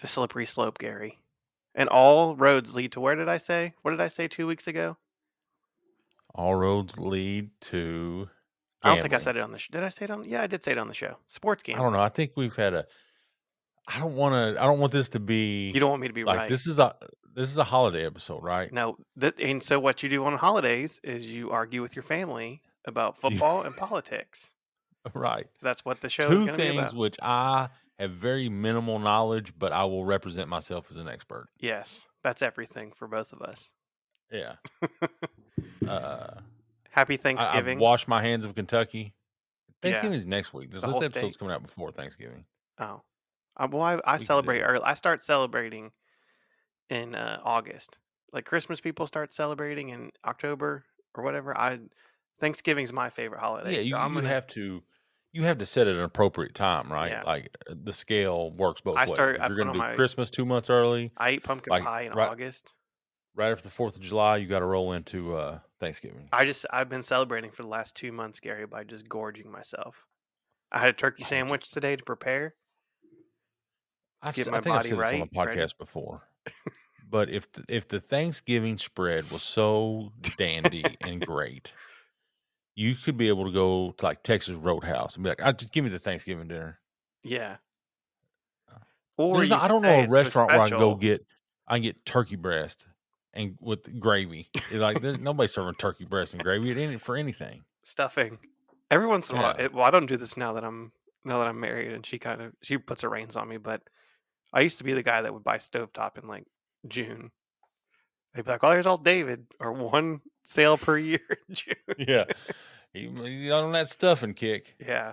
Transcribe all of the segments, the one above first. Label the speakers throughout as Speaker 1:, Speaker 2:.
Speaker 1: the slippery slope, Gary. And all roads lead to where did I say? What did I say two weeks ago?
Speaker 2: All roads lead to.
Speaker 1: I don't think I
Speaker 2: gambling.
Speaker 1: said it on the. Sh- did I say it on? Yeah, I did say it on the show. Sports
Speaker 2: I
Speaker 1: game.
Speaker 2: don't know. I think we've had a. I don't want to. I don't want this to be.
Speaker 1: You don't want me to be
Speaker 2: like
Speaker 1: right.
Speaker 2: this is a this is a holiday episode, right?
Speaker 1: No, that and so what you do on holidays is you argue with your family about football and politics.
Speaker 2: Right.
Speaker 1: So that's what the show is
Speaker 2: Two
Speaker 1: going to be
Speaker 2: things
Speaker 1: about.
Speaker 2: which I have very minimal knowledge, but I will represent myself as an expert.
Speaker 1: Yes, that's everything for both of us.
Speaker 2: Yeah. uh, I,
Speaker 1: Happy
Speaker 2: I
Speaker 1: Thanksgiving.
Speaker 2: wash my hands of Kentucky.
Speaker 1: Yeah.
Speaker 2: Thanksgiving's next week. This,
Speaker 1: The
Speaker 2: this
Speaker 1: whole
Speaker 2: episode's
Speaker 1: state.
Speaker 2: coming out before Thanksgiving.
Speaker 1: oh, I, well, I, I
Speaker 2: do
Speaker 1: celebrate
Speaker 2: that.
Speaker 1: early. I start celebrating in uh, August. Like Christmas, people start celebrating in October or whatever. I Thanksgiving's my favorite holiday.
Speaker 2: yeah,
Speaker 1: so
Speaker 2: you,
Speaker 1: I'm
Speaker 2: you
Speaker 1: gonna-
Speaker 2: have to you have to set it at an appropriate time, right?
Speaker 1: Yeah.
Speaker 2: Like uh, the scale works both
Speaker 1: I
Speaker 2: ways.
Speaker 1: start-
Speaker 2: if
Speaker 1: I
Speaker 2: you're
Speaker 1: put
Speaker 2: going to
Speaker 1: on
Speaker 2: do
Speaker 1: my-
Speaker 2: Christmas two months early,
Speaker 1: I eat pumpkin
Speaker 2: like,
Speaker 1: pie in
Speaker 2: right-
Speaker 1: August.
Speaker 2: right after the Fourth of July, you got to roll into uh, Thanksgiving.
Speaker 1: I just I've been celebrating for the last two months, Gary, by just gorging myself. I had a turkey
Speaker 2: Gorgeous.
Speaker 1: sandwich today to prepare.
Speaker 2: I've,
Speaker 1: get
Speaker 2: s-
Speaker 1: my
Speaker 2: I think I've
Speaker 1: body
Speaker 2: said this on the
Speaker 1: right, ready.
Speaker 2: podcast before. But if the, if the Thanksgiving spread was so dandy and great, you could be able to go to like Texas Roadhouse and be like, I, "Just give me the Thanksgiving dinner."
Speaker 1: Yeah.
Speaker 2: Oh.
Speaker 1: Or
Speaker 2: There's
Speaker 1: you
Speaker 2: no- I
Speaker 1: could
Speaker 2: don't
Speaker 1: say
Speaker 2: know a
Speaker 1: it's so
Speaker 2: restaurant where I can go
Speaker 1: special.
Speaker 2: get I can get turkey breast and with gravy. It's Like there- nobody's serving turkey breast and gravy at any, for anything.
Speaker 1: stuffing. Every once in a while,
Speaker 2: Yeah.
Speaker 1: it, well, I don't do this now that I'm now that I'm married, and she kind of she puts her reins on me. But I used to be the guy that would buy stovetop in like June. They'd be like, "Oh, here's all David or one sale per year." in June.
Speaker 2: Yeah, he, he's on that stuffing kick.
Speaker 1: yeah,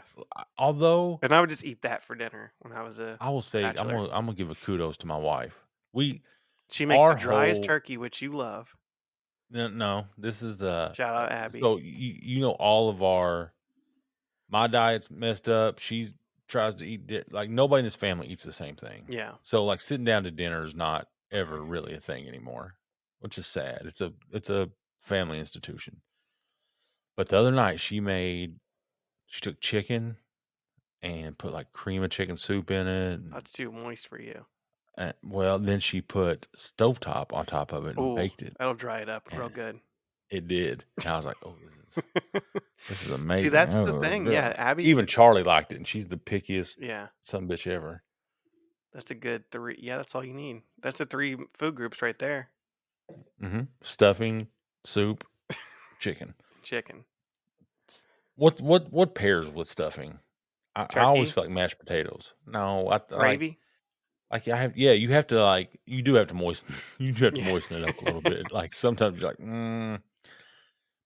Speaker 2: Although
Speaker 1: and I would just eat that for dinner when I was a.
Speaker 2: I will say I'm
Speaker 1: Bachelor.
Speaker 2: gonna, I'm gonna give a kudos to my wife. We
Speaker 1: She makes
Speaker 2: our
Speaker 1: the driest
Speaker 2: whole-
Speaker 1: turkey, which you love.
Speaker 2: no, no this is uh
Speaker 1: Shout out Abby.
Speaker 2: So you you know all of our my diet's messed up. She's tries to eat di- like nobody in this family eats the same thing.
Speaker 1: yeah,
Speaker 2: So like sitting down to dinner is not ever really a thing anymore, which is sad. It's a it's a family institution. But the other night she made she took chicken and put like cream of chicken soup in it. and-
Speaker 1: that's too moist for you.
Speaker 2: and- Uh, well, then she put stovetop on top of it and
Speaker 1: Ooh,
Speaker 2: baked it.
Speaker 1: that'll dry it up real
Speaker 2: And-
Speaker 1: good.
Speaker 2: It did. And I was like, oh, this is this is amazing.
Speaker 1: See, that's
Speaker 2: Oh,
Speaker 1: the thing.
Speaker 2: girl.
Speaker 1: Yeah, Abby.
Speaker 2: Even Charlie liked it, and she's the pickiest
Speaker 1: yeah,
Speaker 2: some bitch ever.
Speaker 1: that's a good three. Yeah, that's all you need. That's the three food groups right there. Mm-hmm.
Speaker 2: hmm Stuffing, soup, chicken.
Speaker 1: Chicken.
Speaker 2: What what what pairs with stuffing? I, I always
Speaker 1: Turkey?
Speaker 2: feel like mashed potatoes. No, I th- like,
Speaker 1: gravy.
Speaker 2: like I have. Yeah, you have to like you do have to moisten. You do have to
Speaker 1: Yeah.
Speaker 2: moisten it up a little bit. Like sometimes you're like, mm.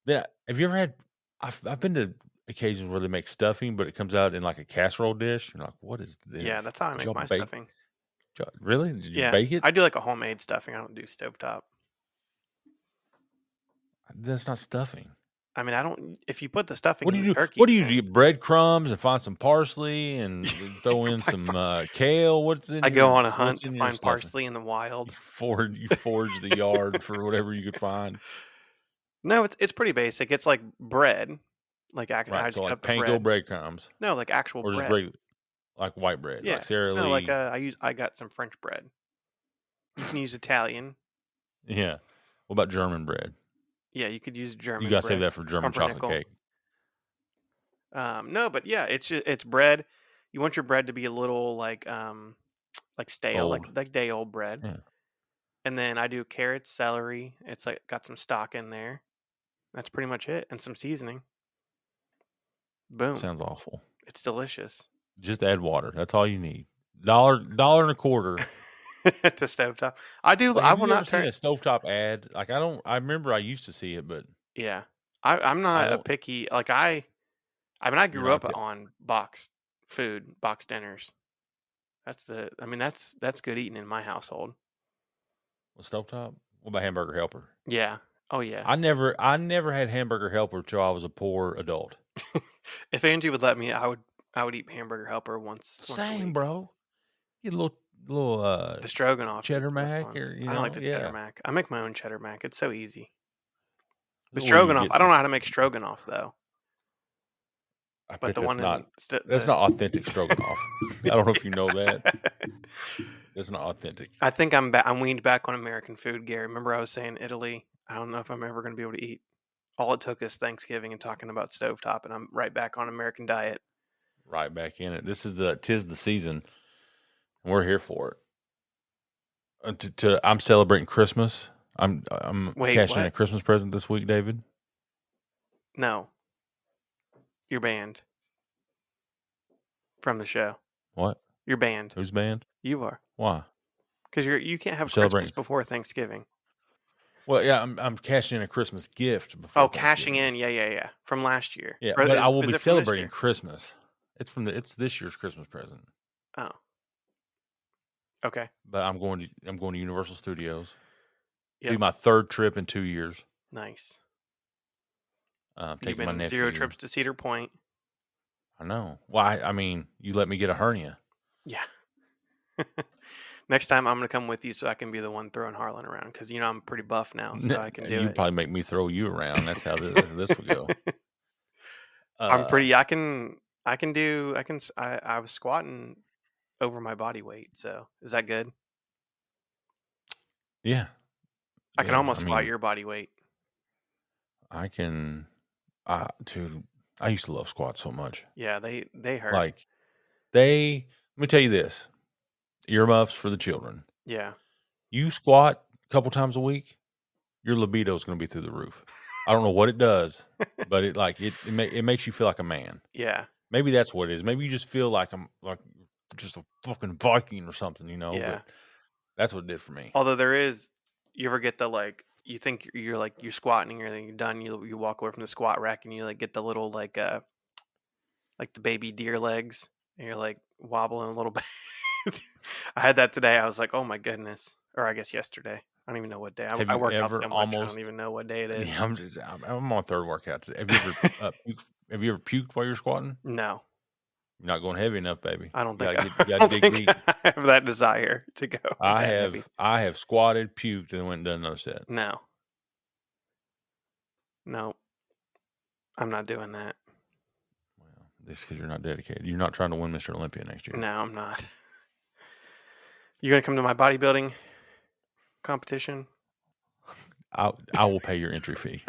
Speaker 2: then I- have you ever had? I've I've been to occasions where they make stuffing, but it comes out in like a casserole dish. You're like, what is this?
Speaker 1: yeah, that's how I
Speaker 2: Did
Speaker 1: make
Speaker 2: y'all
Speaker 1: my
Speaker 2: bake-
Speaker 1: stuffing.
Speaker 2: did y'all- Really? Did you
Speaker 1: Yeah,
Speaker 2: bake it?
Speaker 1: I do like a homemade stuffing. I don't do stovetop.
Speaker 2: that's not stuffing.
Speaker 1: I mean, I don't. If you put the stuffing,
Speaker 2: What do
Speaker 1: in
Speaker 2: you
Speaker 1: the
Speaker 2: do?
Speaker 1: Turkey,
Speaker 2: what do you
Speaker 1: I-
Speaker 2: do? You Get breadcrumbs and find some parsley and throw in
Speaker 1: Find
Speaker 2: some
Speaker 1: par-
Speaker 2: uh, kale. What's in?
Speaker 1: I go
Speaker 2: your-
Speaker 1: on a
Speaker 2: what's
Speaker 1: hunt
Speaker 2: in
Speaker 1: to
Speaker 2: your
Speaker 1: find
Speaker 2: stuffing?
Speaker 1: parsley in the wild.
Speaker 2: You forge, you forge the yard for whatever you could find.
Speaker 1: No, it's it's pretty basic. It's like bread, like I, can I
Speaker 2: Right.
Speaker 1: just
Speaker 2: So like
Speaker 1: cut the bread.
Speaker 2: panko breadcrumbs
Speaker 1: No, like actual
Speaker 2: or just
Speaker 1: bread.
Speaker 2: regular, like white bread,
Speaker 1: Yeah,
Speaker 2: like Sara Lee.
Speaker 1: No, like uh, I use I got some French bread. You can use Italian.
Speaker 2: yeah. What about German bread?
Speaker 1: Yeah, you could use German.
Speaker 2: you gotta
Speaker 1: bread.
Speaker 2: save that for German chocolate
Speaker 1: pumpernickel.
Speaker 2: cake.
Speaker 1: Um, no, but yeah, it's ju- it's bread. You want your bread to be a little like um like stale, like
Speaker 2: Old.
Speaker 1: like day old bread.
Speaker 2: Yeah.
Speaker 1: And then I do carrots, celery. It's like got some stock in there. That's pretty much it, and some seasoning. Boom!
Speaker 2: Sounds awful.
Speaker 1: It's delicious.
Speaker 2: Just add water. That's all you need. Dollar, dollar and a quarter.
Speaker 1: to stovetop, I do.
Speaker 2: Like,
Speaker 1: I
Speaker 2: have
Speaker 1: will
Speaker 2: you
Speaker 1: not
Speaker 2: ever seen
Speaker 1: turn.
Speaker 2: a stovetop ad. Like I don't. I remember I used to see it, but
Speaker 1: Yeah, I, I'm not a
Speaker 2: don't-
Speaker 1: picky. Like I, I mean, I grew up
Speaker 2: like it.
Speaker 1: on boxed food, box dinners. That's the. I mean, that's that's good eating in my household.
Speaker 2: Well, stovetop. What about hamburger helper?
Speaker 1: Yeah. Oh yeah.
Speaker 2: I never, I never had hamburger helper till I was a poor adult.
Speaker 1: If Angie would let me, I would I would eat hamburger helper once. once a
Speaker 2: Same,
Speaker 1: week.
Speaker 2: bro. Get a little, little uh,
Speaker 1: The stroganoff.
Speaker 2: cheddar
Speaker 1: was
Speaker 2: mac,
Speaker 1: fun.
Speaker 2: or you
Speaker 1: I
Speaker 2: know,
Speaker 1: don't like the
Speaker 2: yeah.
Speaker 1: cheddar mac. I make my own cheddar mac. It's so easy. The
Speaker 2: Well, you
Speaker 1: stroganoff.
Speaker 2: get
Speaker 1: I don't know
Speaker 2: some-
Speaker 1: how to make stroganoff though.
Speaker 2: I
Speaker 1: But
Speaker 2: bet
Speaker 1: the
Speaker 2: that's
Speaker 1: one
Speaker 2: not,
Speaker 1: in, st-
Speaker 2: that's
Speaker 1: the-
Speaker 2: not authentic stroganoff. I don't know if you know that. It's not authentic.
Speaker 1: I think I'm ba- I'm weaned back on American food, Gary. Remember I was saying Italy. I don't know if I'm ever going to be able to eat. All it took is Thanksgiving and talking about stovetop, and I'm right back on American diet.
Speaker 2: Right back in it. This is the tis the season, and we're here for it. Uh, to, to- I'm celebrating Christmas. I'm I'm
Speaker 1: Wait,
Speaker 2: cashing in
Speaker 1: what?
Speaker 2: a Christmas present this week, David.
Speaker 1: No, you're banned from the show.
Speaker 2: What?
Speaker 1: You're banned.
Speaker 2: Who's banned?
Speaker 1: You are
Speaker 2: Why?
Speaker 1: because you're you can't have
Speaker 2: Celebrating.
Speaker 1: Christmas before Thanksgiving.
Speaker 2: Well, yeah, I'm I'm cashing in a Christmas gift. Before
Speaker 1: Oh, cashing
Speaker 2: Thanksgiving.
Speaker 1: in. Yeah, yeah, yeah. From last year.
Speaker 2: Yeah,
Speaker 1: Or
Speaker 2: but
Speaker 1: is-
Speaker 2: I will be
Speaker 1: is it from this
Speaker 2: celebrating
Speaker 1: year?
Speaker 2: Christmas. It's from the it's this year's Christmas present.
Speaker 1: Oh. Okay.
Speaker 2: But I'm going to I'm going to Universal Studios. Be
Speaker 1: Yep.
Speaker 2: my third trip in two years.
Speaker 1: Nice.
Speaker 2: Um,
Speaker 1: You've
Speaker 2: taking my
Speaker 1: been
Speaker 2: nephew.
Speaker 1: zero trips to Cedar Point.
Speaker 2: I know. Why? I mean, you let me get a hernia.
Speaker 1: Yeah. Next time I'm gonna come with you so I can be the one throwing Harlan around because you know I'm pretty buff now, so I can do
Speaker 2: you
Speaker 1: it.
Speaker 2: probably make me throw you around. That's how this, this would go.
Speaker 1: I'm
Speaker 2: Uh,
Speaker 1: pretty. I can. I can do. I can. s- I, I was squatting over my body weight. So is that good?
Speaker 2: Yeah,
Speaker 1: I can
Speaker 2: Yeah, I
Speaker 1: almost squat
Speaker 2: mean-
Speaker 1: your body weight.
Speaker 2: I can. I dude, I used to love squats so much.
Speaker 1: Yeah, they they hurt.
Speaker 2: Like they. Let me tell you this. Earmuffs for the children.
Speaker 1: yeah,
Speaker 2: you squat a couple times a week, your libido is going to be through the roof. I don't know what it does, but it like it it, ma- it makes you feel like a man.
Speaker 1: yeah,
Speaker 2: Maybe that's what it is. Maybe you just feel like I'm like just a fucking Viking or something, you know.
Speaker 1: yeah.
Speaker 2: that's what it did for me.
Speaker 1: Although there is, you ever get the like? You think you're like you're squatting, you're, you're done. You you walk away from the squat rack and you like get the little like uh like the baby deer legs, and you're like wobbling a little bit. I had that today. I was like, oh my goodness, or I guess yesterday. I don't even know what day. I,
Speaker 2: Have
Speaker 1: I
Speaker 2: you
Speaker 1: work out
Speaker 2: ever
Speaker 1: so much. I
Speaker 2: almost-
Speaker 1: don't even know what day it is.
Speaker 2: Yeah, I'm just I'm, I'm on third workout today. Have you ever uh, puked, have you ever puked while you're squatting?
Speaker 1: No,
Speaker 2: You're not going heavy enough, baby.
Speaker 1: I don't
Speaker 2: You gotta
Speaker 1: think. I,
Speaker 2: get- you
Speaker 1: I
Speaker 2: gotta
Speaker 1: don't
Speaker 2: dig
Speaker 1: think
Speaker 2: deep.
Speaker 1: I have that desire to go.
Speaker 2: I
Speaker 1: that
Speaker 2: have
Speaker 1: heavy.
Speaker 2: I have squatted, puked, and went and done another set.
Speaker 1: No. No. I'm not doing that.
Speaker 2: Well, this because you're not dedicated. You're not trying to win Mr. Olympia next year.
Speaker 1: No, I'm not. You're gonna come to my bodybuilding competition?
Speaker 2: I I will pay your entry fee.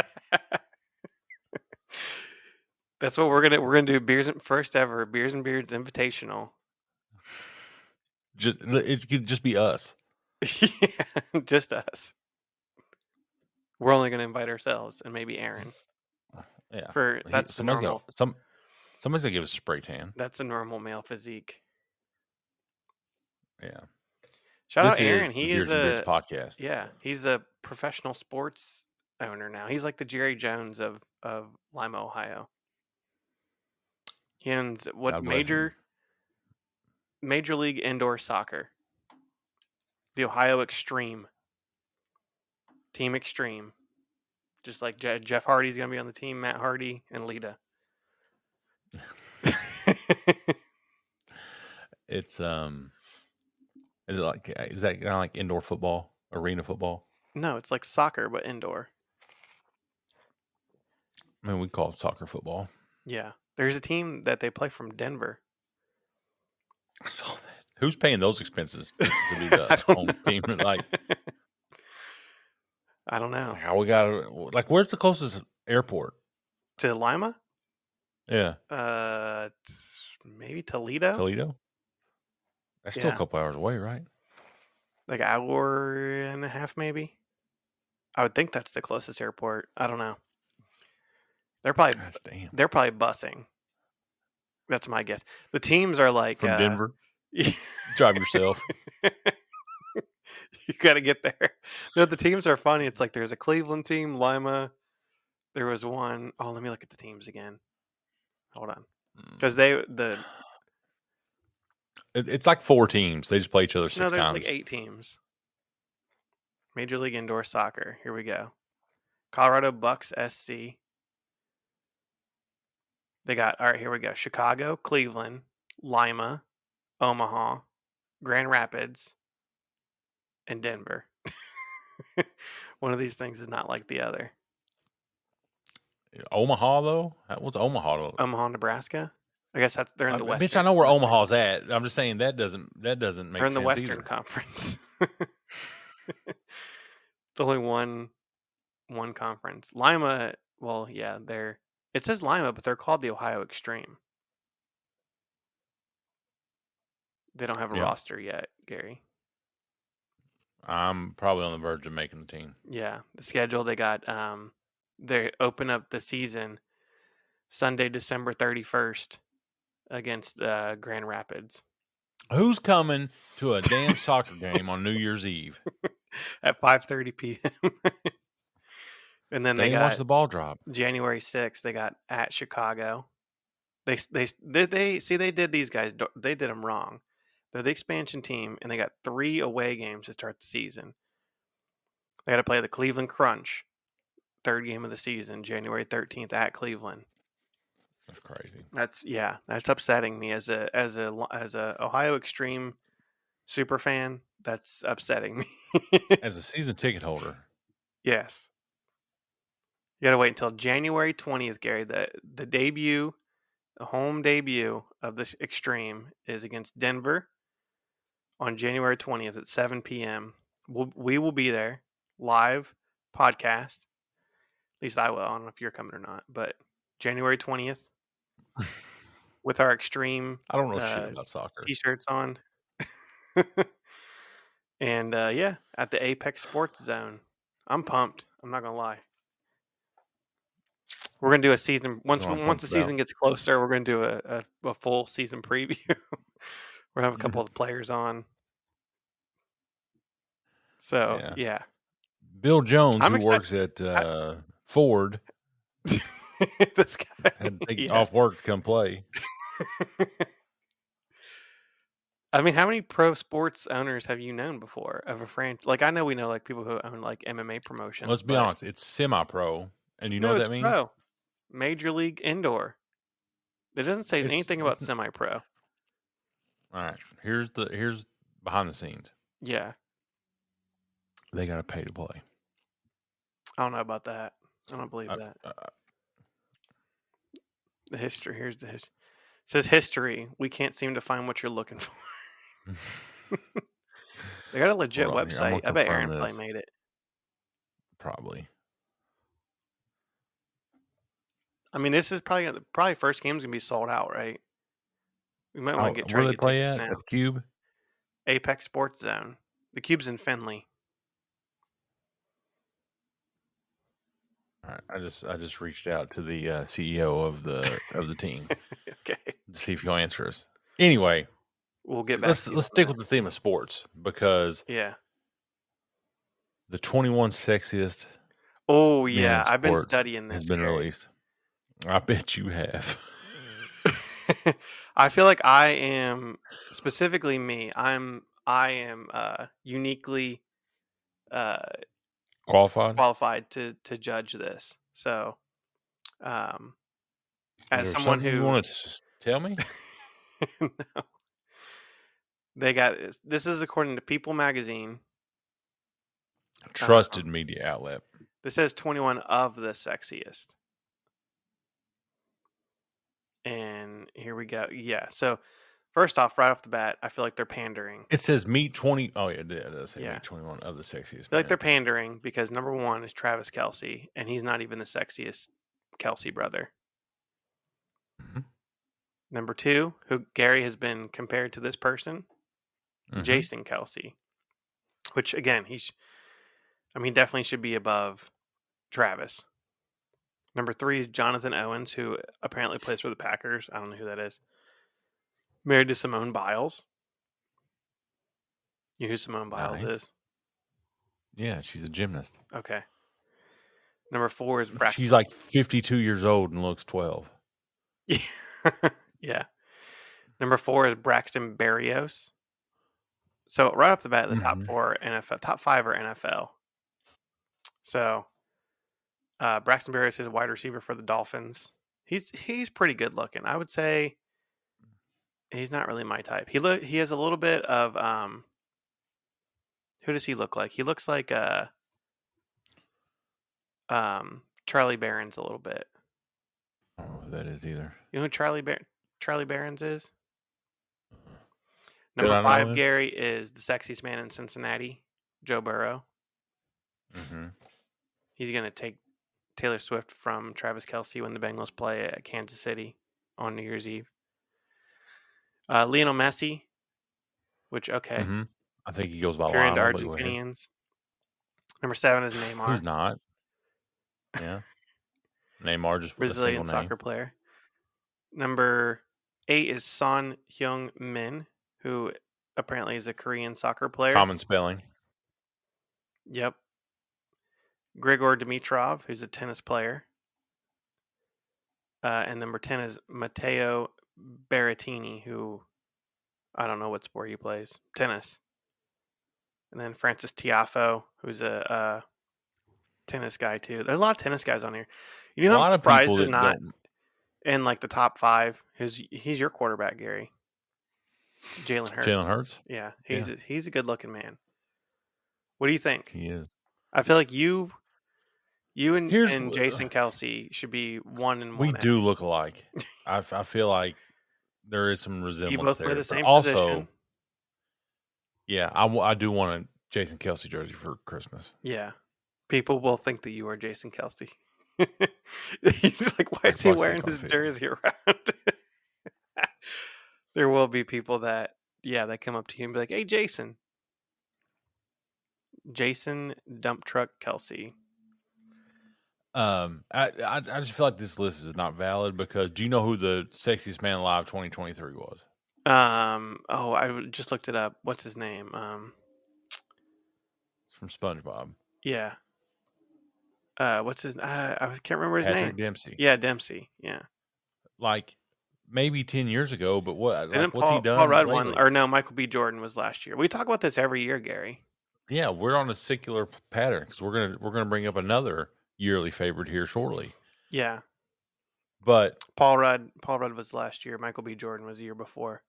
Speaker 1: That's what we're gonna we're gonna do. Beers and first ever beers and beards invitational.
Speaker 2: just l- it could just be us.
Speaker 1: yeah, just us. We're only gonna invite ourselves and maybe Aaron.
Speaker 2: Yeah,
Speaker 1: For
Speaker 2: He-
Speaker 1: that's the
Speaker 2: somebody's
Speaker 1: normal.
Speaker 2: got some. Somebody's gonna give us a spray tan.
Speaker 1: That's a normal male physique.
Speaker 2: Yeah,
Speaker 1: Shout
Speaker 2: This
Speaker 1: out Aaron.
Speaker 2: the
Speaker 1: he
Speaker 2: Beards
Speaker 1: is
Speaker 2: and Beards
Speaker 1: a
Speaker 2: podcast.
Speaker 1: Yeah, he's a professional sports owner now. He's like the Jerry Jones of of Lima, Ohio. He owns what
Speaker 2: God bless him.
Speaker 1: major major league indoor soccer, the Ohio Extreme, Team Extreme, just like Je- Jeff Hardy's gonna be on the team, Matt Hardy and Lita.
Speaker 2: It's um, is it like uh, is that kind of like indoor football, arena football?
Speaker 1: no, it's like soccer but indoor.
Speaker 2: I mean, we call it soccer football.
Speaker 1: Yeah, there's a team that they play from Denver.
Speaker 2: I saw that. Who's paying those expenses to be
Speaker 1: I
Speaker 2: the
Speaker 1: don't
Speaker 2: home
Speaker 1: know.
Speaker 2: team? Like,
Speaker 1: I don't know
Speaker 2: how we got like, where's the closest airport?
Speaker 1: to Lima.
Speaker 2: Yeah,
Speaker 1: Uh, t- maybe Toledo,
Speaker 2: Toledo. That's still
Speaker 1: Oh. Yeah.
Speaker 2: a couple hours away, right?
Speaker 1: like an hour and a half, maybe. I would think that's the closest airport. I don't know. They're probably
Speaker 2: Gosh, damn.
Speaker 1: they're probably busing. That's my guess. The teams are like
Speaker 2: From
Speaker 1: uh,
Speaker 2: Denver,
Speaker 1: you
Speaker 2: drive yourself.
Speaker 1: got to get there. No, the teams are funny. It's like there's a Cleveland team, Lima. There was one oh let me look at the teams again. Hold on,
Speaker 2: Mm.
Speaker 1: because they the
Speaker 2: It- It's like four teams. They just play each other six
Speaker 1: no, there's
Speaker 2: times.
Speaker 1: like eight teams. Major League Indoor Soccer. Here we go. Colorado Bucks SC. They got all right. Here we go. Chicago, Cleveland, Lima, Omaha, Grand Rapids, and Denver. One of these things is not like the other.
Speaker 2: Omaha though, Uh, what's Omaha? though?
Speaker 1: Omaha, Nebraska. I guess that's they're Um, in
Speaker 2: I-
Speaker 1: the
Speaker 2: Uh, bitch,
Speaker 1: west.
Speaker 2: I know where Omaha's at. I'm just saying that doesn't that doesn't make
Speaker 1: They're in the
Speaker 2: sense
Speaker 1: Western
Speaker 2: either.
Speaker 1: Conference. it's only one one conference. Lima, well, yeah, they're it says Lima, but they're called the Ohio Extreme. They don't have a
Speaker 2: Yeah.
Speaker 1: roster yet, Gary.
Speaker 2: I'm probably on the verge of making the team.
Speaker 1: Yeah, the schedule they got. Um, they open up the season Sunday, December thirty first, against uh, Grand Rapids
Speaker 2: Who's coming to a damn soccer game on New Year's Eve?
Speaker 1: at five thirty p.m. and then
Speaker 2: Stay
Speaker 1: they
Speaker 2: and
Speaker 1: got
Speaker 2: watch the ball drop.
Speaker 1: January sixth. They got at Chicago. They s- they s- they, they see they did these guys. do- They did them wrong. They're the expansion team, and they got three away games to start the season. They got to play the Cleveland Crunch, third game of the season, January thirteenth at Cleveland.
Speaker 2: That's crazy.
Speaker 1: That's yeah, that's upsetting me as a as a lo- as a Ohio Extreme super fan. That's upsetting me.
Speaker 2: As a season ticket holder,
Speaker 1: yes. You gotta wait until January twentieth, Gary. The the debut, the home debut of this extreme is against Denver on January twentieth at seven p.m. We'll, we will be there live podcast. At least I will. I don't know if you're coming or not, but January twentieth with our extreme
Speaker 2: I don't know
Speaker 1: Uh,
Speaker 2: shit about soccer.
Speaker 1: t-shirts on and uh yeah at the apex sports zone i'm pumped i'm not gonna lie we're gonna do a season once
Speaker 2: I'm
Speaker 1: once
Speaker 2: pumped
Speaker 1: the
Speaker 2: about.
Speaker 1: season gets closer we're gonna do a, a, a full season preview we're gonna have a
Speaker 2: Mhm.
Speaker 1: couple of players on so
Speaker 2: Yeah.
Speaker 1: yeah,
Speaker 2: Bill Jones,
Speaker 1: I'm
Speaker 2: who
Speaker 1: excited-
Speaker 2: works at uh, Ford,
Speaker 1: this guy
Speaker 2: had to take
Speaker 1: Yeah.
Speaker 2: off work to come play.
Speaker 1: I mean, how many pro sports owners have you known before of a franchise? Like, I know we know like people who own like MMA promotions.
Speaker 2: Let's be
Speaker 1: but-
Speaker 2: honest, it's semi-pro, and you know
Speaker 1: No,
Speaker 2: what
Speaker 1: it's
Speaker 2: that means.
Speaker 1: Pro. Major League Indoor. It doesn't say
Speaker 2: It's-
Speaker 1: anything
Speaker 2: it's
Speaker 1: about
Speaker 2: n-
Speaker 1: semi pro.
Speaker 2: All right, here's the here's behind the scenes.
Speaker 1: Yeah.
Speaker 2: They got to pay to play.
Speaker 1: I don't know about that. I don't believe
Speaker 2: I- uh,
Speaker 1: that.
Speaker 2: I-
Speaker 1: The history. Here's the history. It says history. We can't seem to find what you're looking for. They got a legit
Speaker 2: on here, I'm
Speaker 1: website.
Speaker 2: gonna
Speaker 1: I bet Aaron
Speaker 2: confirm
Speaker 1: Play
Speaker 2: this.
Speaker 1: made it.
Speaker 2: Probably.
Speaker 1: I mean, this is probably gonna- probably first game's gonna be sold out, right? We might
Speaker 2: Oh,
Speaker 1: want to get
Speaker 2: where
Speaker 1: try to
Speaker 2: they
Speaker 1: get
Speaker 2: play
Speaker 1: tickets
Speaker 2: at?
Speaker 1: now.
Speaker 2: At Cube.
Speaker 1: Apex Sports Zone. The cube's in Finley.
Speaker 2: All right, I just I just reached out to the uh, CEO of the of the team
Speaker 1: okay,
Speaker 2: to see if he'll answer us. Anyway,
Speaker 1: we'll get
Speaker 2: so
Speaker 1: back.
Speaker 2: let's
Speaker 1: to you
Speaker 2: let's
Speaker 1: on
Speaker 2: stick
Speaker 1: that.
Speaker 2: with the theme of sports because
Speaker 1: yeah.
Speaker 2: the 21 sexiest
Speaker 1: Oh
Speaker 2: in
Speaker 1: yeah, I've been
Speaker 2: sports
Speaker 1: studying this.
Speaker 2: has been
Speaker 1: Gary.
Speaker 2: released. I bet you have.
Speaker 1: I feel like I am specifically me. I'm I am uh, uniquely uh,
Speaker 2: Qualified.
Speaker 1: qualified to to judge this. So, um, as
Speaker 2: Is there
Speaker 1: someone
Speaker 2: something you
Speaker 1: who
Speaker 2: want to s- tell me,
Speaker 1: no. they got this- this is according to People Magazine.
Speaker 2: trusted media outlet.
Speaker 1: This says 21 of the sexiest. And here we go. Yeah. So, first off, right off the bat, I feel like they're pandering.
Speaker 2: It says meet 20. Oh yeah, it does say
Speaker 1: Yeah.
Speaker 2: meet 21 of the sexiest.
Speaker 1: feel like they're
Speaker 2: man.
Speaker 1: pandering because number one is Travis Kelsey, and he's not even the sexiest Kelsey brother.
Speaker 2: Mhm.
Speaker 1: Number two, who Gary has been compared to this person,
Speaker 2: Mhm.
Speaker 1: Jason Kelsey, which again, he's, I mean, definitely should be above Travis. Number three is Jonathan Owens, who apparently plays for the Packers. I don't know who that is. Married to Simone Biles. You know who Simone Biles
Speaker 2: Nice.
Speaker 1: is?
Speaker 2: Yeah, she's a gymnast.
Speaker 1: Okay. Number four is Braxton.
Speaker 2: She's like 52 years old and looks 12.
Speaker 1: yeah. Number four is Braxton Berrios. So right off the bat, the top
Speaker 2: Mhm.
Speaker 1: four are NFL, top five are NFL. So uh, Braxton Berrios is a wide receiver for the Dolphins. He's he's pretty good looking. I would say he's not really my type. He look he has a little bit of um. Who does he look like? He looks like uh, um Charlie Barron's a little bit.
Speaker 2: I don't know who that is either.
Speaker 1: You know who Charlie Bear Charlie Barron's is.
Speaker 2: Uh, Did I
Speaker 1: Number
Speaker 2: know
Speaker 1: five,
Speaker 2: this?
Speaker 1: Gary, is the sexiest man in Cincinnati, Joe Burrow.
Speaker 2: mhm.
Speaker 1: He's going to take Taylor Swift from Travis Kelsey when the Bengals play at Kansas City on New Year's Eve. Uh, Lionel Messi, which, okay,
Speaker 2: Mhm. I think he goes by
Speaker 1: if you're into
Speaker 2: Lionel, but go ahead.
Speaker 1: Argentinians. Number seven is Neymar,
Speaker 2: Who's not? Yeah. Neymar just with a single
Speaker 1: Brazilian
Speaker 2: name.
Speaker 1: soccer player. Number eight is Son Hyung Min, who apparently is a Korean soccer player.
Speaker 2: Common spelling.
Speaker 1: Yep. Grigor Dimitrov, who's a tennis player. Uh, and number 10 is Matteo Berrettini, who I don't know what sport he plays tennis. And then Francis Tiafo, who's a uh, tennis guy, too. There's a lot of tennis guys on here. You know
Speaker 2: a
Speaker 1: how
Speaker 2: lot of
Speaker 1: surprised
Speaker 2: people
Speaker 1: is
Speaker 2: that
Speaker 1: not
Speaker 2: don't-
Speaker 1: in like the top five? Who's He's your quarterback, Gary. Jalen Hurts.
Speaker 2: Jalen Hurts.
Speaker 1: Yeah,
Speaker 2: Yeah.
Speaker 1: he's, A, he's a good looking man. What do you think?
Speaker 2: He is.
Speaker 1: I feel like you, you and,
Speaker 2: Here's
Speaker 1: and
Speaker 2: wh-
Speaker 1: Jason Kelsey should be one and one.
Speaker 2: We
Speaker 1: A.
Speaker 2: do look alike. I, f- I feel like there is some resemblance
Speaker 1: You both
Speaker 2: there.
Speaker 1: play the
Speaker 2: but
Speaker 1: same
Speaker 2: also,
Speaker 1: position.
Speaker 2: yeah, I, w- I do want a Jason Kelsey jersey for Christmas.
Speaker 1: Yeah, people will think that you are Jason Kelsey. He's like, why
Speaker 2: That's
Speaker 1: is he
Speaker 2: why I stay
Speaker 1: wearing his
Speaker 2: comfy.
Speaker 1: jersey around? there will be people that, yeah, that come up to you and be like, "Hey, Jason." Jason Dump Truck Kelsey.
Speaker 2: Um, I, I I just feel like this list is not valid because do you know who the sexiest man alive 2023 was?
Speaker 1: Um. Oh, I w- just looked it up. What's his name? Um.
Speaker 2: It's from SpongeBob.
Speaker 1: Yeah. Uh. What's his? Uh, I can't remember his name.
Speaker 2: Patrick Dempsey.
Speaker 1: Yeah, Dempsey. Yeah.
Speaker 2: Like maybe 10 years ago, but what? like,
Speaker 1: Didn't
Speaker 2: what's
Speaker 1: Paul,
Speaker 2: he done?
Speaker 1: Paul Rudd won?
Speaker 2: lately?
Speaker 1: Or no, Michael B. Jordan was last year. We talk about this every year, Gary.
Speaker 2: Yeah, we're on a secular p- pattern because we're gonna we're gonna bring up another yearly favorite here shortly.
Speaker 1: Yeah.
Speaker 2: But
Speaker 1: Paul Rudd. Paul Rudd was last year. Michael B. Jordan was the year before.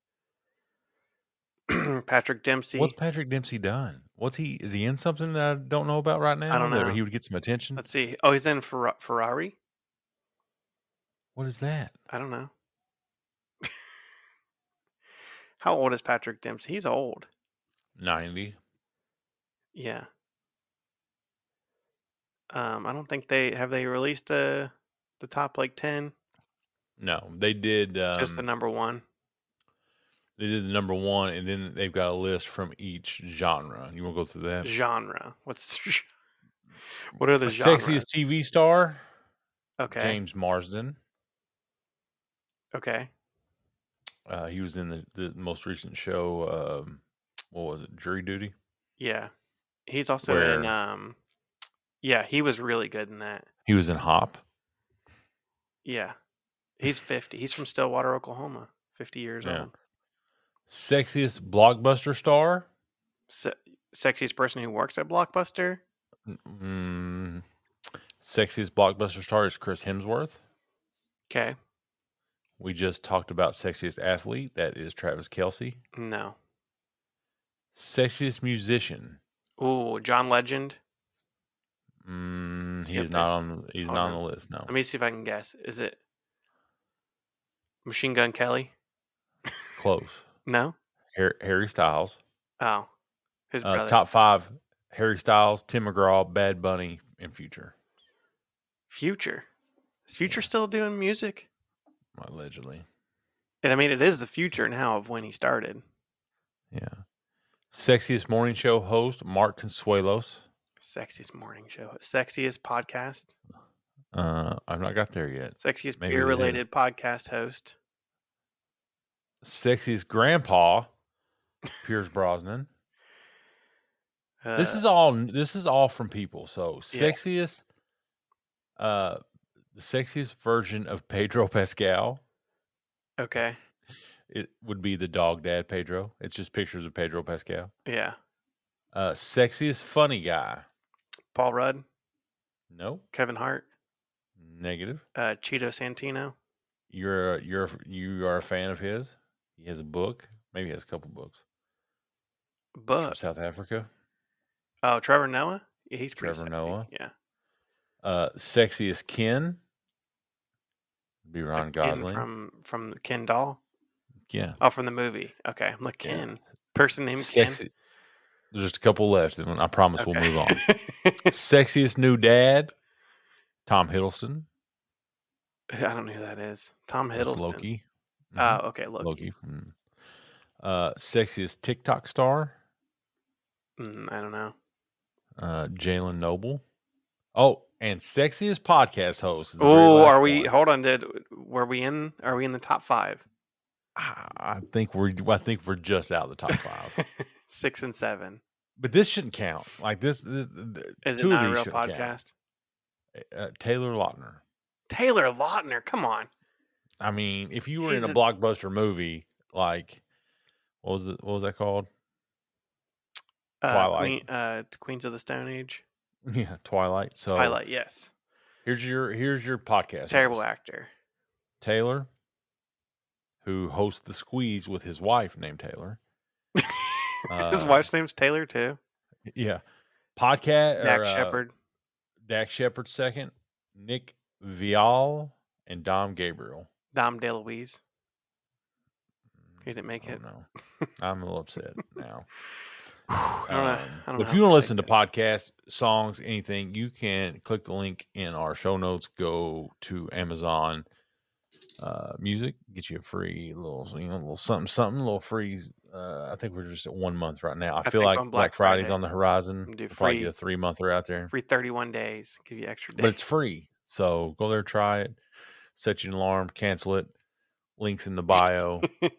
Speaker 1: Patrick Dempsey.
Speaker 2: what's Patrick Dempsey done? What's he? Is he in something that I don't know about right now?
Speaker 1: don't
Speaker 2: that
Speaker 1: know.
Speaker 2: He would get some attention.
Speaker 1: Let's see. Oh, he's in Ferra- Ferrari.
Speaker 2: What is that?
Speaker 1: I don't know. How old is Patrick Dempsey? He's old.
Speaker 2: 90.
Speaker 1: Yeah. Um, I don't think they have they released the the top like ten.
Speaker 2: No, they did. Um,
Speaker 1: just the number one.
Speaker 2: they did the number one, and then they've got a list from each genre. You want to go through that?
Speaker 1: genre. What's what are the
Speaker 2: Mm, The
Speaker 1: genres?
Speaker 2: sexiest TV star,
Speaker 1: okay,
Speaker 2: James Marsden.
Speaker 1: okay,
Speaker 2: Uh, he was in the, the most recent show. Um, what was it? Jury Duty.
Speaker 1: yeah. He's also in.
Speaker 2: Where-
Speaker 1: Um, yeah, he was really good in that.
Speaker 2: He was in Hop.
Speaker 1: Yeah, he's fifty. He's from Stillwater, Oklahoma. Fifty years
Speaker 2: Yeah.
Speaker 1: old.
Speaker 2: Sexiest blockbuster star.
Speaker 1: Se- sexiest person who works at Blockbuster.
Speaker 2: Mm, sexiest blockbuster star is Chris Hemsworth.
Speaker 1: Okay,
Speaker 2: We just talked about sexiest athlete. That is Travis Kelsey.
Speaker 1: no.
Speaker 2: Sexiest musician.
Speaker 1: Ooh, John Legend.
Speaker 2: Mm,
Speaker 1: See up
Speaker 2: he's
Speaker 1: there.
Speaker 2: not on. He's
Speaker 1: Oh,
Speaker 2: not on
Speaker 1: no.
Speaker 2: the list. No.
Speaker 1: Let me see if I can guess. Is it Machine Gun Kelly?
Speaker 2: Close.
Speaker 1: No.
Speaker 2: Har- Harry Styles.
Speaker 1: Oh, his brother.
Speaker 2: Uh, top five: Harry Styles, Tim McGraw, Bad Bunny, and Future.
Speaker 1: Future. Is Future still doing music?
Speaker 2: Allegedly.
Speaker 1: And I mean, it is the future now of when he started.
Speaker 2: Yeah. Sexiest morning show host: Mark Consuelos.
Speaker 1: Sexiest morning show, sexiest podcast,
Speaker 2: Uh, I've not got there yet.
Speaker 1: sexiest
Speaker 2: Maybe it
Speaker 1: beer related podcast host.
Speaker 2: Sexiest grandpa, Pierce Brosnan.
Speaker 1: Uh,
Speaker 2: this is all this is all from people so
Speaker 1: Yeah.
Speaker 2: sexiest uh the sexiest version of pedro pascal
Speaker 1: okay.
Speaker 2: it would be the dog dad pedro it's just pictures of pedro pascal
Speaker 1: Yeah,
Speaker 2: uh sexiest funny guy
Speaker 1: Paul Rudd,
Speaker 2: no
Speaker 1: Kevin Hart,
Speaker 2: negative
Speaker 1: uh, Cheeto Santino.
Speaker 2: you're a- you're a- you are a fan of his he has a book maybe he has a couple books He's from
Speaker 1: But
Speaker 2: south africa
Speaker 1: oh, Trevor Noah. Yeah, he's pretty
Speaker 2: Trevor
Speaker 1: sexy.
Speaker 2: Noah.
Speaker 1: Yeah,
Speaker 2: uh sexiest ken Be Ron
Speaker 1: Like, Ken
Speaker 2: Gosling.
Speaker 1: from from Ken doll.
Speaker 2: yeah.
Speaker 1: Oh, from the movie. Okay, I'm like
Speaker 2: Yeah.
Speaker 1: Ken. Person named
Speaker 2: Sexy. There's just a couple left, and I promise
Speaker 1: Ken.
Speaker 2: we'll move on.
Speaker 1: on.
Speaker 2: Sexiest new dad, Tom Hiddleston.
Speaker 1: I don't know who that is. Tom
Speaker 2: That's
Speaker 1: Hiddleston.
Speaker 2: Loki. Mhm.
Speaker 1: Oh, okay, Loki.
Speaker 2: Loki. Mm. Uh, sexiest TikTok star,
Speaker 1: Mm, I don't know.
Speaker 2: uh, Jalen Noble. Oh, and sexiest podcast host. is the very
Speaker 1: Oh,
Speaker 2: last
Speaker 1: are we?
Speaker 2: one.
Speaker 1: Hold on. Did were we in? Are we in the top five?
Speaker 2: I I think we're. I think we're just out of the top five.
Speaker 1: Six and seven.
Speaker 2: but this shouldn't count. Like this. this, th-
Speaker 1: Is it
Speaker 2: two of
Speaker 1: not a
Speaker 2: these
Speaker 1: real
Speaker 2: shouldn't
Speaker 1: podcast?
Speaker 2: count. Uh, Taylor Lautner.
Speaker 1: Taylor Lautner, come on.
Speaker 2: I mean, if you were in
Speaker 1: He's
Speaker 2: a
Speaker 1: a-
Speaker 2: blockbuster movie, like what was it? What was that called?
Speaker 1: Uh,
Speaker 2: Twilight.
Speaker 1: Queen, uh, Queens of the Stone Age.
Speaker 2: Yeah, Twilight. So
Speaker 1: Twilight, yes.
Speaker 2: here's your here's your podcast.
Speaker 1: Terrible
Speaker 2: host,
Speaker 1: actor.
Speaker 2: Taylor, who hosts the Squeeze with his wife named Taylor.
Speaker 1: His
Speaker 2: Uh,
Speaker 1: wife's name's Taylor too.
Speaker 2: Yeah, podcast.
Speaker 1: Dak
Speaker 2: or, uh,
Speaker 1: Shepard.
Speaker 2: Dak Shepard second. Nick Vial and Dom Gabriel.
Speaker 1: Dom DeLuise. He didn't make
Speaker 2: I
Speaker 1: it.
Speaker 2: don't know. I'm a little upset now.
Speaker 1: I don't know.
Speaker 2: Um,
Speaker 1: I don't
Speaker 2: but
Speaker 1: know
Speaker 2: if
Speaker 1: how
Speaker 2: you want
Speaker 1: they
Speaker 2: to listen to
Speaker 1: did.
Speaker 2: podcasts, songs, anything, you can click the link in our show notes. Go to Amazon uh, Music, get you a free little, you know, little something, something, little free. Uh, I think we're just at one month right now. I,
Speaker 1: I
Speaker 2: feel
Speaker 1: think
Speaker 2: like
Speaker 1: on
Speaker 2: Black,
Speaker 1: Black
Speaker 2: Friday's
Speaker 1: Friday,
Speaker 2: on the horizon.
Speaker 1: we do
Speaker 2: We'll probably get
Speaker 1: free-
Speaker 2: a three monther out there,
Speaker 1: free 31 days, give you extra days.
Speaker 2: but it's free, so go there, try it, set you an alarm, cancel it. Links in the bio,
Speaker 1: yeah.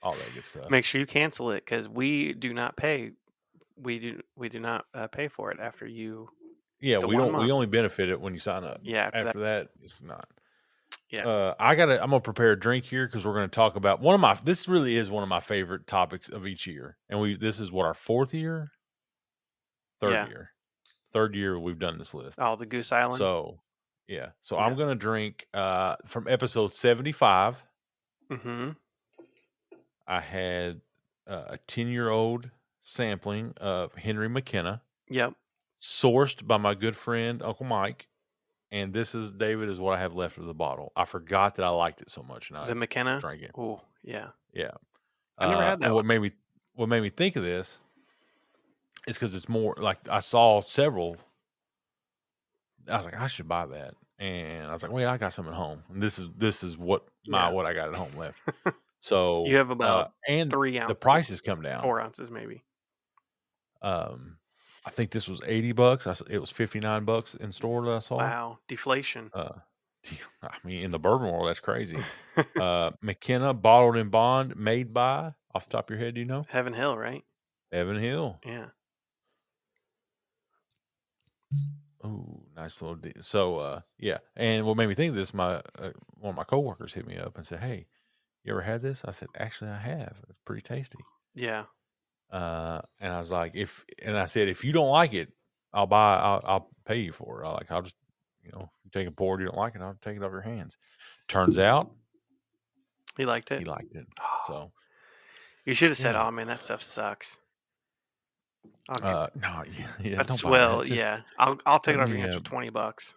Speaker 2: all that good stuff.
Speaker 1: Make sure you cancel it because we do not pay. We do we do not uh, pay for it after you.
Speaker 2: yeah,
Speaker 1: the
Speaker 2: we
Speaker 1: one
Speaker 2: don't.
Speaker 1: month.
Speaker 2: We only benefit it when you sign up.
Speaker 1: Yeah, after that.
Speaker 2: After that, it's not.
Speaker 1: Yeah.
Speaker 2: Uh, I gotta. I'm gonna prepare a drink here because we're gonna talk about one of my. This really is one of my favorite topics of each year, and we. This is what our fourth year, third
Speaker 1: Yeah.
Speaker 2: year, third year we've done this list.
Speaker 1: Oh, the Goose Island.
Speaker 2: So, yeah. So
Speaker 1: Yeah.
Speaker 2: I'm gonna drink uh from episode 75.
Speaker 1: hmm
Speaker 2: I had uh, a 10 year old sampling of Henry McKenna,
Speaker 1: Yep.
Speaker 2: sourced by my good friend Uncle Mike. And this is David is what I have left of the bottle. I forgot that I liked it so much, and I
Speaker 1: The McKenna.
Speaker 2: drank it.
Speaker 1: Oh, yeah.
Speaker 2: I
Speaker 1: I never had that
Speaker 2: What
Speaker 1: one.
Speaker 2: made me what made me think of this is because it's more like I saw several. I was like, I should buy that, and I was like, wait, I got some at home. And this is this is what my
Speaker 1: Yeah.
Speaker 2: what I got at home left. So
Speaker 1: You have
Speaker 2: uh,
Speaker 1: about
Speaker 2: and
Speaker 1: Three ounces.
Speaker 2: the prices come down.
Speaker 1: Four ounces, maybe.
Speaker 2: Um, I think this was eighty bucks. I s it was fifty nine bucks in store that I saw.
Speaker 1: Wow. Deflation.
Speaker 2: I mean, in the bourbon world, that's crazy. uh, McKenna bottled in bond, made by off the top of your head, do you know
Speaker 1: Heaven Hill, right?
Speaker 2: Evan Hill.
Speaker 1: Yeah.
Speaker 2: Oh, nice little deal. So, uh, yeah. And what made me think of this, my uh, one of my coworkers hit me up and said, "Hey, you ever had this?" I said, "Actually, I have. It's pretty tasty."
Speaker 1: Yeah.
Speaker 2: Uh, and I was like, "If," and I said, "If you don't like it, I'll buy. I'll, I'll pay you for it. I like. I'll just, you know, you take a pour. You don't like it, I'll take it off your hands." Turns out
Speaker 1: He liked it.
Speaker 2: he liked it.
Speaker 1: Oh,
Speaker 2: So,
Speaker 1: you should have said,
Speaker 2: yeah.
Speaker 1: "Oh man, that stuff sucks." I'll get,
Speaker 2: uh, no, yeah, yeah don't buy
Speaker 1: that's
Speaker 2: that.
Speaker 1: well,
Speaker 2: Just,
Speaker 1: yeah. I'll I'll take it
Speaker 2: let
Speaker 1: off your
Speaker 2: me,
Speaker 1: hands
Speaker 2: uh,
Speaker 1: for twenty bucks,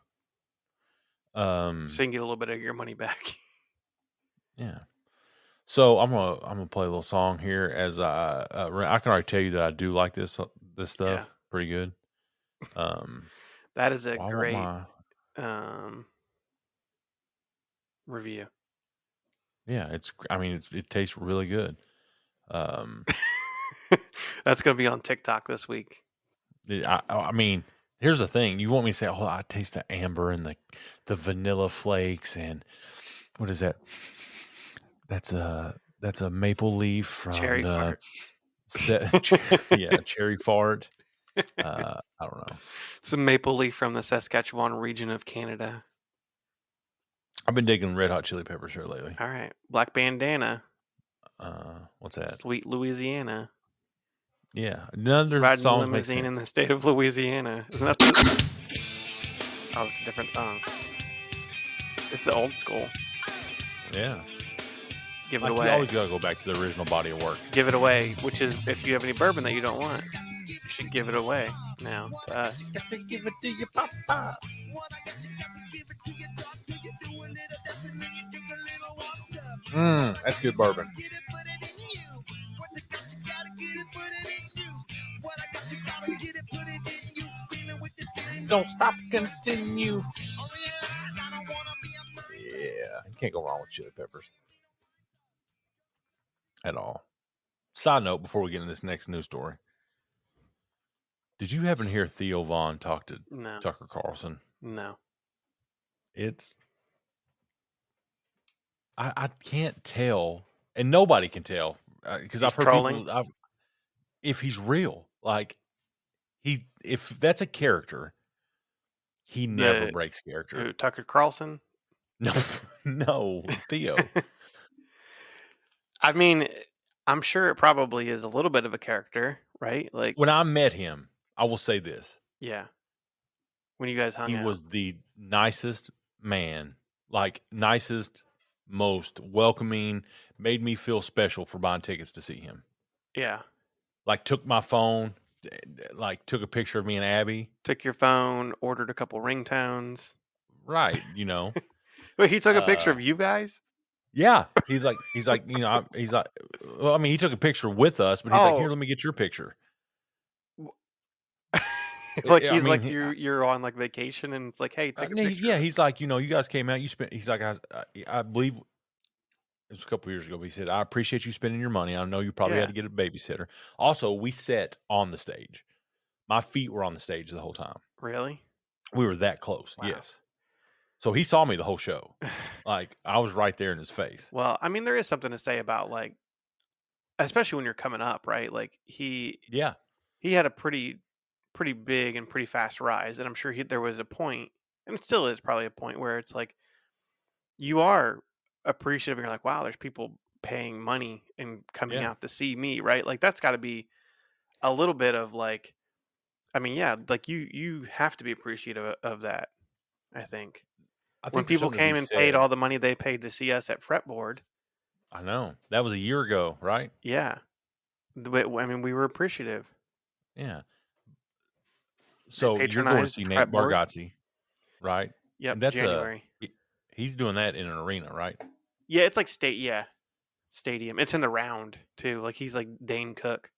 Speaker 2: Um,
Speaker 1: so you can get a little bit of your money back.
Speaker 2: Yeah. So I'm gonna I'm gonna play a little song here as I uh, re- I can already tell you that I do like this uh, this stuff
Speaker 1: Yeah.
Speaker 2: pretty good. Um,
Speaker 1: That is a
Speaker 2: I want
Speaker 1: great
Speaker 2: my-
Speaker 1: um review.
Speaker 2: yeah, it's gr- I mean it's, it tastes really good. Um,
Speaker 1: That's gonna be on TikTok this week.
Speaker 2: it- I I I mean here's the thing you want me to say oh I taste the amber and the the vanilla flakes and what is that? That's a that's a maple leaf from
Speaker 1: Cherry
Speaker 2: the
Speaker 1: fart.
Speaker 2: se- che- yeah cherry fart. Uh, I don't know.
Speaker 1: Some maple leaf from the Saskatchewan region of Canada.
Speaker 2: I've been digging Red Hot Chili Peppers here lately.
Speaker 1: All right, black bandana,
Speaker 2: Uh, what's that?
Speaker 1: sweet Louisiana,
Speaker 2: Yeah, none of their
Speaker 1: riding a
Speaker 2: songs make
Speaker 1: limousine in
Speaker 2: sense.
Speaker 1: the state of Louisiana. Isn't that? The... Oh, it's a different song. It's the old school.
Speaker 2: yeah,
Speaker 1: Give it
Speaker 2: like, you
Speaker 1: away.
Speaker 2: always gotta go back to the original body of work.
Speaker 1: Give it away. Which is, if you have any bourbon that you don't want, you should give it away now to us.
Speaker 3: Got to give it to your papa. What I got, you got to give it to your dog. Do you doing it up
Speaker 2: Mm, that's good bourbon.
Speaker 3: Don't stop, continue.
Speaker 2: Yeah, you can't go wrong with chili peppers at all. Side note: Before we get into this next news story, did you happen to hear Theo Vaughn talk to
Speaker 1: No,
Speaker 2: Tucker Carlson?
Speaker 1: no.
Speaker 2: It's I, I can't tell, and nobody can tell because I've
Speaker 1: He's
Speaker 2: heard
Speaker 1: trolling?
Speaker 2: people. I've, if he's real, like he, if that's a character, he never
Speaker 1: The-
Speaker 2: breaks character.
Speaker 1: Who, Tucker Carlson.
Speaker 2: No, no, Theo.
Speaker 1: I mean, I'm sure it probably is a little bit of a character, right? Like,
Speaker 2: when I met him, I will say this:
Speaker 1: yeah. When you guys hung
Speaker 2: he
Speaker 1: out,
Speaker 2: was the nicest man, like nicest, most welcoming. Made me feel special for buying tickets to see him.
Speaker 1: yeah.
Speaker 2: Like took my phone, d- d- like took a picture of me and Abby.
Speaker 1: Took your phone, ordered a couple ringtones.
Speaker 2: Right, you know.
Speaker 1: Wait, he took a picture
Speaker 2: Uh,
Speaker 1: of you guys?
Speaker 2: yeah, he's like, he's like, you know, I, he's like, well, I mean, he took a picture with us, but he's like, here,
Speaker 1: Oh.
Speaker 2: let me get your picture.
Speaker 1: like
Speaker 2: yeah, I
Speaker 1: he's like
Speaker 2: mean,
Speaker 1: you you're on like vacation and it's like, hey,
Speaker 2: Uh,
Speaker 1: take a
Speaker 2: no, he-
Speaker 1: picture.
Speaker 2: yeah, he's like, you know, you guys came out. You spent. He's like, I, I, I believe it was a couple years ago. But he said, I appreciate you spending your money. I know you probably
Speaker 1: Yeah.
Speaker 2: had to get a babysitter. Also, we sat on the stage. My feet were on the stage the whole time.
Speaker 1: Really?
Speaker 2: We were that close.
Speaker 1: Wow.
Speaker 2: Yes. So he saw me the whole show. Like I was right there in his face.
Speaker 1: Well, I mean, there is something to say about like, especially when you're coming up, right? Like he
Speaker 2: Yeah.
Speaker 1: he had a pretty pretty big and pretty fast rise, and I'm sure he, there was a point, and it still is probably a point where it's like you are appreciative. And you're like, wow, there's people paying money and coming
Speaker 2: Yeah.
Speaker 1: out to see me, right? Like that's got to be a little bit of like, I mean, yeah, like you you have to be appreciative o- of that. I think
Speaker 2: I
Speaker 1: when
Speaker 2: think there's
Speaker 1: people
Speaker 2: something to be
Speaker 1: came and paid
Speaker 2: said.
Speaker 1: all the money they paid to see us at fretboard.
Speaker 2: I know that was a year ago, right?
Speaker 1: Yeah. The way- I mean, we were appreciative.
Speaker 2: Yeah. So you're going to
Speaker 1: patronized
Speaker 2: see
Speaker 1: the
Speaker 2: Nate
Speaker 1: frat board.
Speaker 2: Bargatze, right?
Speaker 1: Yep.
Speaker 2: And that's a-
Speaker 1: January.
Speaker 2: He's doing that in an arena, right?
Speaker 1: Yeah, it's like state. Yeah, stadium. It's in the round too. Like he's like Dane Cook.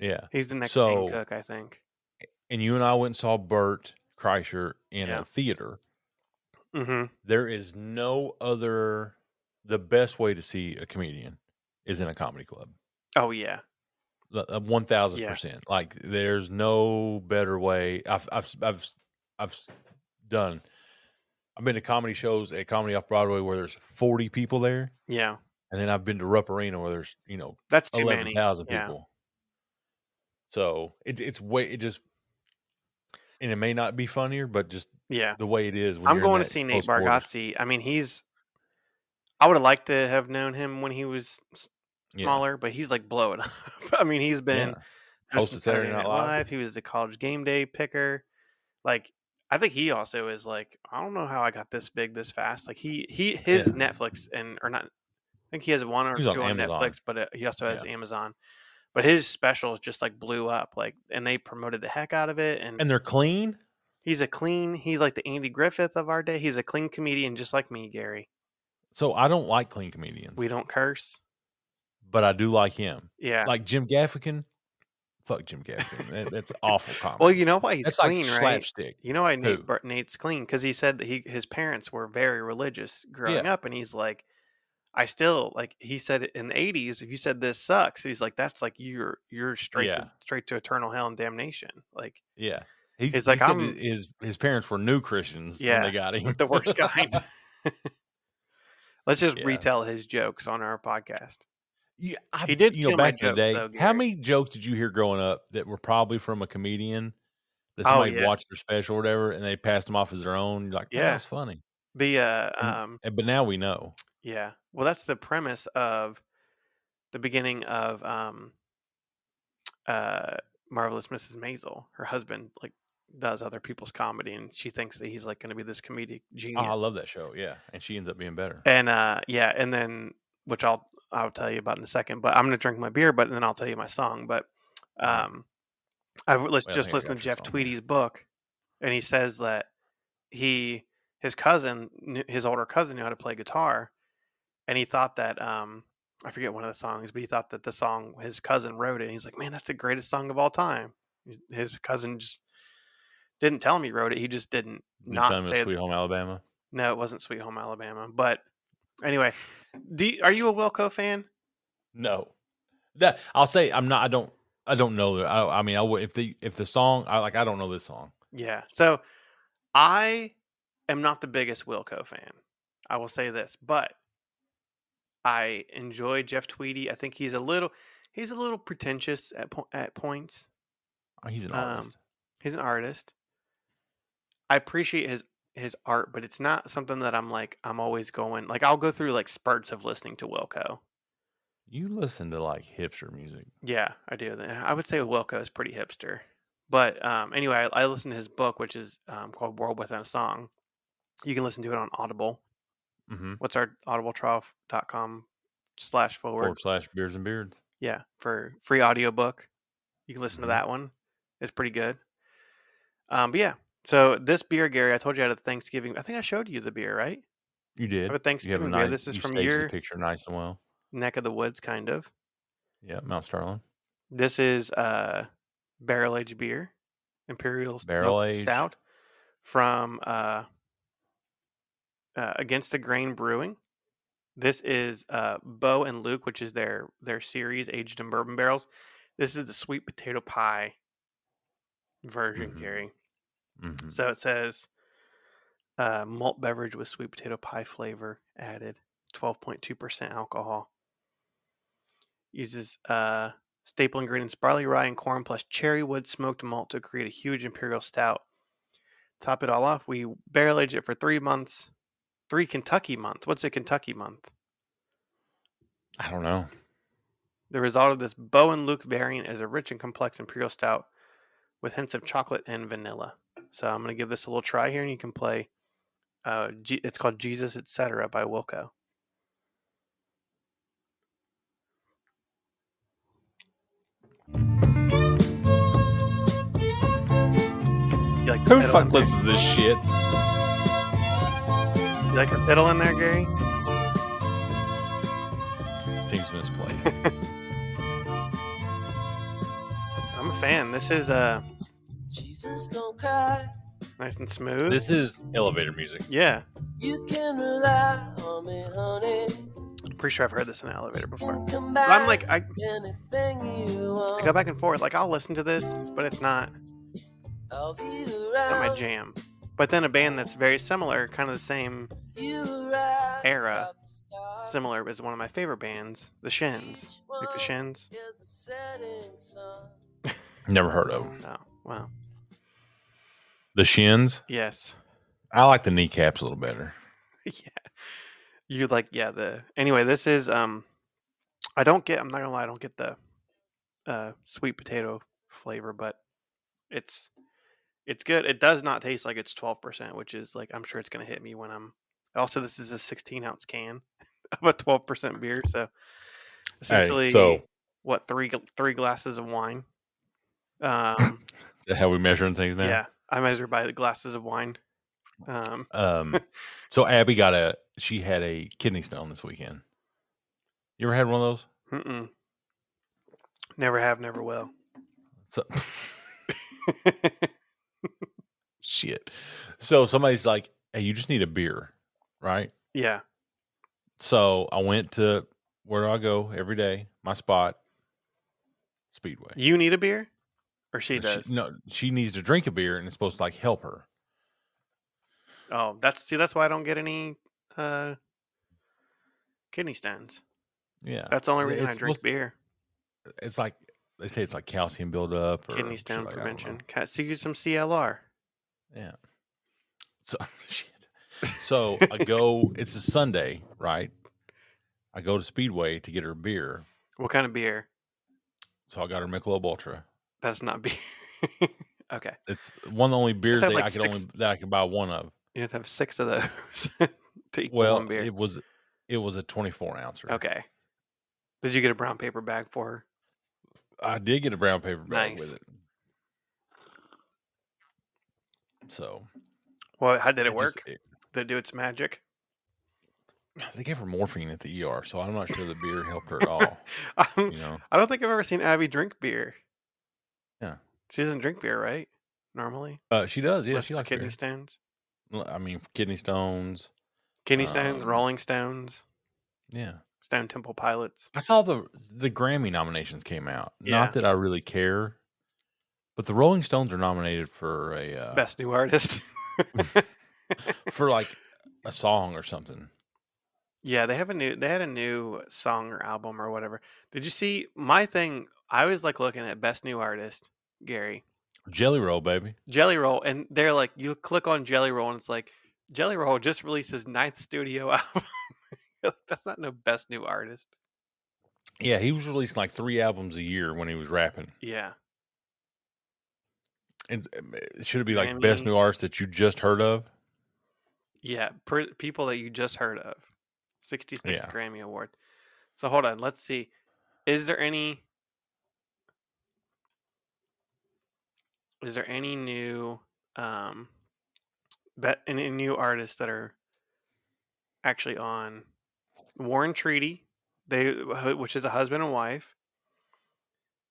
Speaker 2: Yeah.
Speaker 1: He's the next
Speaker 2: So-
Speaker 1: Dane Cook, I think.
Speaker 2: and you and I went and saw Bert Kreischer in
Speaker 1: Yeah.
Speaker 2: a theater,
Speaker 1: Mm-hmm.
Speaker 2: there is no other. The best way to see a comedian is in a comedy club.
Speaker 1: Oh yeah.
Speaker 2: uh, One thousand percent. Like there's no better way. I've I've s- I've s- I've s- done. I've been to comedy shows at Comedy Off Broadway where there's forty people there,
Speaker 1: Yeah.
Speaker 2: and then I've been to Rupp Arena where there's you know
Speaker 1: That's too
Speaker 2: eleven
Speaker 1: many.
Speaker 2: thousand
Speaker 1: Yeah.
Speaker 2: people. So it, it's way it just, and it may not be funnier, but just
Speaker 1: Yeah.
Speaker 2: the way it is. When
Speaker 1: I'm
Speaker 2: you're in
Speaker 1: going to
Speaker 2: that
Speaker 1: see Nate
Speaker 2: close quarters.
Speaker 1: Bargatze. I mean, he's. I would have liked to have known him when he was s-
Speaker 2: Yeah,
Speaker 1: smaller, but he's like blowing up. I mean, he's been
Speaker 2: yeah.
Speaker 1: host
Speaker 2: Hosted
Speaker 1: of Saturday Night Live. He was the college game day picker. Like, I think he also is like, I don't know how I got this big this fast. Like he he his
Speaker 2: Yeah.
Speaker 1: Netflix and or not. I think he has one or
Speaker 2: He's
Speaker 1: two
Speaker 2: on
Speaker 1: on,
Speaker 2: Amazon.
Speaker 1: Netflix, but uh, he also has Amazon. But his specials just like blew up, like, and they promoted the heck out of it. And,
Speaker 2: and they're clean.
Speaker 1: he's a clean, he's like the Andy Griffith of our day. He's a clean comedian, just like me, Gary.
Speaker 2: So I don't like clean comedians,
Speaker 1: We don't curse.
Speaker 2: but I do like him.
Speaker 1: Yeah.
Speaker 2: Like Jim Gaffigan, fuck Jim Gaffigan. That- that's awful comedy.
Speaker 1: well, you know why he's
Speaker 2: that's
Speaker 1: clean,
Speaker 2: like
Speaker 1: right?
Speaker 2: slapstick.
Speaker 1: You know why
Speaker 2: Who?
Speaker 1: Nate, Bar- Nate's clean? Because he said that he his parents were very religious growing up, and he's like, I still like. He said in the eighties, if you said this sucks, he's like, that's like you're you're straight
Speaker 2: Yeah.
Speaker 1: to, straight to eternal hell and damnation. Like
Speaker 2: Yeah, he's,
Speaker 1: He's like,
Speaker 2: he said
Speaker 1: I'm-
Speaker 2: his his parents were new Christians. Yeah,
Speaker 1: Yeah,
Speaker 2: when they got him
Speaker 1: the worst kind. Let's just
Speaker 2: Yeah.
Speaker 1: retell his jokes on our podcast.
Speaker 2: Yeah, I,
Speaker 1: He did
Speaker 2: You know,
Speaker 1: steal my
Speaker 2: back in the
Speaker 1: joke,
Speaker 2: day,
Speaker 1: though,
Speaker 2: how
Speaker 1: Gary.
Speaker 2: many jokes did you hear growing up that were probably from a comedian that
Speaker 1: Oh,
Speaker 2: somebody
Speaker 1: yeah.
Speaker 2: watched their special or whatever, and they passed them off as their own? You're like, yeah,
Speaker 1: Yeah.
Speaker 2: that's funny.
Speaker 1: The uh,
Speaker 2: And-
Speaker 1: um,
Speaker 2: And, but now we know.
Speaker 1: Yeah. Well, that's the premise of the beginning of um uh Marvelous Mrs. Maisel. Her husband like does other people's comedy and she thinks that he's like going to be this comedic
Speaker 2: Oh,
Speaker 1: genius.
Speaker 2: I love that show. Yeah, and she ends up being better.
Speaker 1: and uh yeah, and then which I'll I'll tell you about in a second, but I'm going to drink my beer but then I'll tell you my song, but
Speaker 2: Alright.
Speaker 1: um I let's
Speaker 2: Uh-huh. Well, I
Speaker 1: just
Speaker 2: think I
Speaker 1: listen to
Speaker 2: got your
Speaker 1: Jeff
Speaker 2: song there.
Speaker 1: Tweedy's book and he says that he his cousin knew- his older cousin knew how to play guitar and he thought that um I forget one of the songs, but he thought that the song his cousin wrote it. And he's like, "Man, that's the greatest song of all time." His cousin just didn't tell him he wrote it. He just didn't
Speaker 2: Did
Speaker 1: not
Speaker 2: you tell me
Speaker 1: say
Speaker 2: Sweet Home Alabama?
Speaker 1: no. It wasn't "Sweet Home Alabama," but anyway, do you, are you a Wilco fan?
Speaker 2: No, that I'll say I'm not. I don't. I don't know. that- I, I mean, I would if the if the song I like. I don't know this song.
Speaker 1: Yeah. So I am not the biggest Wilco fan. I will say this, but I enjoy Jeff Tweedy. I think he's a little he's a little pretentious at po- at points.
Speaker 2: Oh, He's an
Speaker 1: Um,
Speaker 2: artist.
Speaker 1: He's an artist. I appreciate his his art, but it's not something that I'm like I'm always going like I'll go through like spurts of listening to Wilco.
Speaker 2: you listen to like hipster music.
Speaker 1: Yeah, I do. Th- I would say Wilco is pretty hipster. But um, anyway, I, I listened to his book, which is um, called World Without a Song. You can listen to it on Audible.
Speaker 2: Mm-hmm.
Speaker 1: What's our audibletrial.com slash forward?
Speaker 2: Forward slash beards and beards.
Speaker 1: Yeah, for free audiobook. You can listen
Speaker 2: Mhm.
Speaker 1: to that one. It's pretty good. Um, but yeah, so this beer, Gary, I told you I had a Thanksgiving. I think I showed you the beer, right?
Speaker 2: You
Speaker 1: I
Speaker 2: did.
Speaker 1: have a
Speaker 2: You have a
Speaker 1: Thanksgiving beer.
Speaker 2: nice.
Speaker 1: This is
Speaker 2: you
Speaker 1: from
Speaker 2: staged the
Speaker 1: your
Speaker 2: picture nice and well.
Speaker 1: neck of the woods, kind of.
Speaker 2: Yeah, Mount Starling.
Speaker 1: This is uh barrel aged beer, imperial s- no,
Speaker 2: Barrel-aged.
Speaker 1: stout from uh, uh Against the Grain Brewing. This is uh Bo and Luke, which is their their series aged in bourbon barrels. This is the sweet potato pie version,
Speaker 2: Mhm.
Speaker 1: Gary.
Speaker 2: hmm
Speaker 1: So it says uh, malt beverage with sweet potato pie flavor added, 12.2% alcohol. Uses uh, staple ingredients barley, rye, and corn plus cherry wood smoked malt to create a huge imperial stout. Top it all off, we barrel aged it for three months, three Kentucky months. What's a Kentucky month?
Speaker 2: I don't know.
Speaker 1: The result of this Bow and Luke variant is a rich and complex imperial stout with hints of chocolate and vanilla. So I'm going to give this a little try here, and you can play. Uh, G- it's called Jesus Etc. by Wilco. You like the
Speaker 2: Who
Speaker 1: fiddle in
Speaker 2: fuck
Speaker 1: there?
Speaker 2: listens to this shit?
Speaker 1: You like the fiddle in there, Gary?
Speaker 2: Seems misplaced.
Speaker 1: I'm a fan. This is uh,
Speaker 4: Jesus don't cry.
Speaker 1: nice and smooth.
Speaker 2: this is elevator music.
Speaker 1: yeah,
Speaker 4: You can rely on me, honey.
Speaker 1: pretty sure I've heard this in an elevator before.
Speaker 4: Can come
Speaker 1: But
Speaker 4: back
Speaker 1: I'm like, I
Speaker 4: anything you
Speaker 1: I
Speaker 4: want.
Speaker 1: go back and forth. Like I'll listen to this, but it's not
Speaker 4: I'll be
Speaker 1: not
Speaker 4: around.
Speaker 1: my jam. But then a band that's very similar, kind of the same
Speaker 4: You ride
Speaker 1: era,
Speaker 4: out the stars.
Speaker 1: similar is one of my favorite bands, The Shins.
Speaker 4: Each
Speaker 1: Like The
Speaker 4: one
Speaker 1: Shins.
Speaker 4: is a setting sun.
Speaker 2: Never heard of 'em.
Speaker 1: Oh wow.
Speaker 2: The Shins.
Speaker 1: Yes.
Speaker 2: I like the kneecaps a little better.
Speaker 1: yeah. You like yeah the anyway. This is um, I don't get. I'm not gonna lie. I don't get the uh sweet potato flavor, but it's it's good. It does not taste like it's twelve percent, which is like I'm sure it's gonna hit me when I'm. Also, this is a 16 ounce can of a 12 percent beer, so essentially,
Speaker 2: Hey, so
Speaker 1: what three gl- three glasses of wine? Um,
Speaker 2: is that how we measuring things now?
Speaker 1: yeah, I measure by the glasses of wine. Um,
Speaker 2: Um, so Abby got a she had a kidney stone this weekend. You ever had one of those?
Speaker 1: mm-mm. never have, never will.
Speaker 2: So, shit. So somebody's like, "Hey, you just need a beer, right?"
Speaker 1: yeah,
Speaker 2: So I went to where do I go every day? My spot, Speedway.
Speaker 1: you need a beer, or she
Speaker 2: Or
Speaker 1: does.
Speaker 2: no, she needs to drink a beer, and it's supposed to like help her.
Speaker 1: Oh, that's see, that's why I don't get any uh kidney stones.
Speaker 2: Yeah,
Speaker 1: That's the only reason I
Speaker 2: it's
Speaker 1: drink
Speaker 2: supposed-
Speaker 1: beer.
Speaker 2: it's like they say it's like calcium buildup or
Speaker 1: Kidney
Speaker 2: shit
Speaker 1: stone
Speaker 2: like- I don't know.
Speaker 1: prevention. Can see you some CLR.
Speaker 2: Yeah. So shit. So I go. It's a Sunday, right? I go to Speedway to get her beer.
Speaker 1: What kind of beer?
Speaker 2: So I got her Michelob Ultra.
Speaker 1: That's not beer. okay,
Speaker 2: It's one of the only beers
Speaker 1: had
Speaker 2: that
Speaker 1: like
Speaker 2: I could
Speaker 1: six-
Speaker 2: only that I could buy one of.
Speaker 1: you have to have six of those to equal
Speaker 2: Well,
Speaker 1: one beer.
Speaker 2: it was it was a twenty four ouncer.
Speaker 1: Okay. Did you get a brown paper bag for her?
Speaker 2: I did get a brown paper bag
Speaker 1: Nice.
Speaker 2: with it. So
Speaker 1: Well, how did it,
Speaker 2: just-
Speaker 1: work?
Speaker 2: it-
Speaker 1: did it do its magic?
Speaker 2: They gave her morphine at the ER, so I'm not sure the beer helped her at all.
Speaker 1: I'm-
Speaker 2: You know,
Speaker 1: I don't think I've ever seen Abby drink beer.
Speaker 2: Yeah.
Speaker 1: She doesn't drink beer, right? Normally.
Speaker 2: uh, she does. Yeah,
Speaker 1: Unless
Speaker 2: she
Speaker 1: for
Speaker 2: likes
Speaker 1: kidney
Speaker 2: beer.
Speaker 1: stones.
Speaker 2: L- I mean, kidney stones.
Speaker 1: Kidney stones,
Speaker 2: Um,
Speaker 1: Rolling Stones,
Speaker 2: Yeah,
Speaker 1: Stone Temple Pilots.
Speaker 2: I saw the the Grammy nominations came out.
Speaker 1: Yeah.
Speaker 2: Not that I really care, but the Rolling Stones are nominated for a uh,
Speaker 1: Best new artist.
Speaker 2: for like a song or something.
Speaker 1: Yeah, they have a new they had a new song or album or whatever. Did you see my thing? I was like looking at best new artist, Gary.
Speaker 2: Jelly Roll, baby.
Speaker 1: Jelly Roll, and they're like you click on Jelly Roll and it's like Jelly Roll just released his ninth studio album. That's not no best new artist.
Speaker 2: Yeah, he was releasing like three albums a year when he was rapping.
Speaker 1: Yeah.
Speaker 2: And um, it should be like best
Speaker 1: Grammy.
Speaker 2: new artist that you just heard of.
Speaker 1: Yeah, per, people that you just heard of. 66th
Speaker 2: Yeah.
Speaker 1: Grammy Award. So hold on, let's see. Is there any Is there any new um bet any new artists that are actually on Warren Treaty, they wh- which is a husband and wife.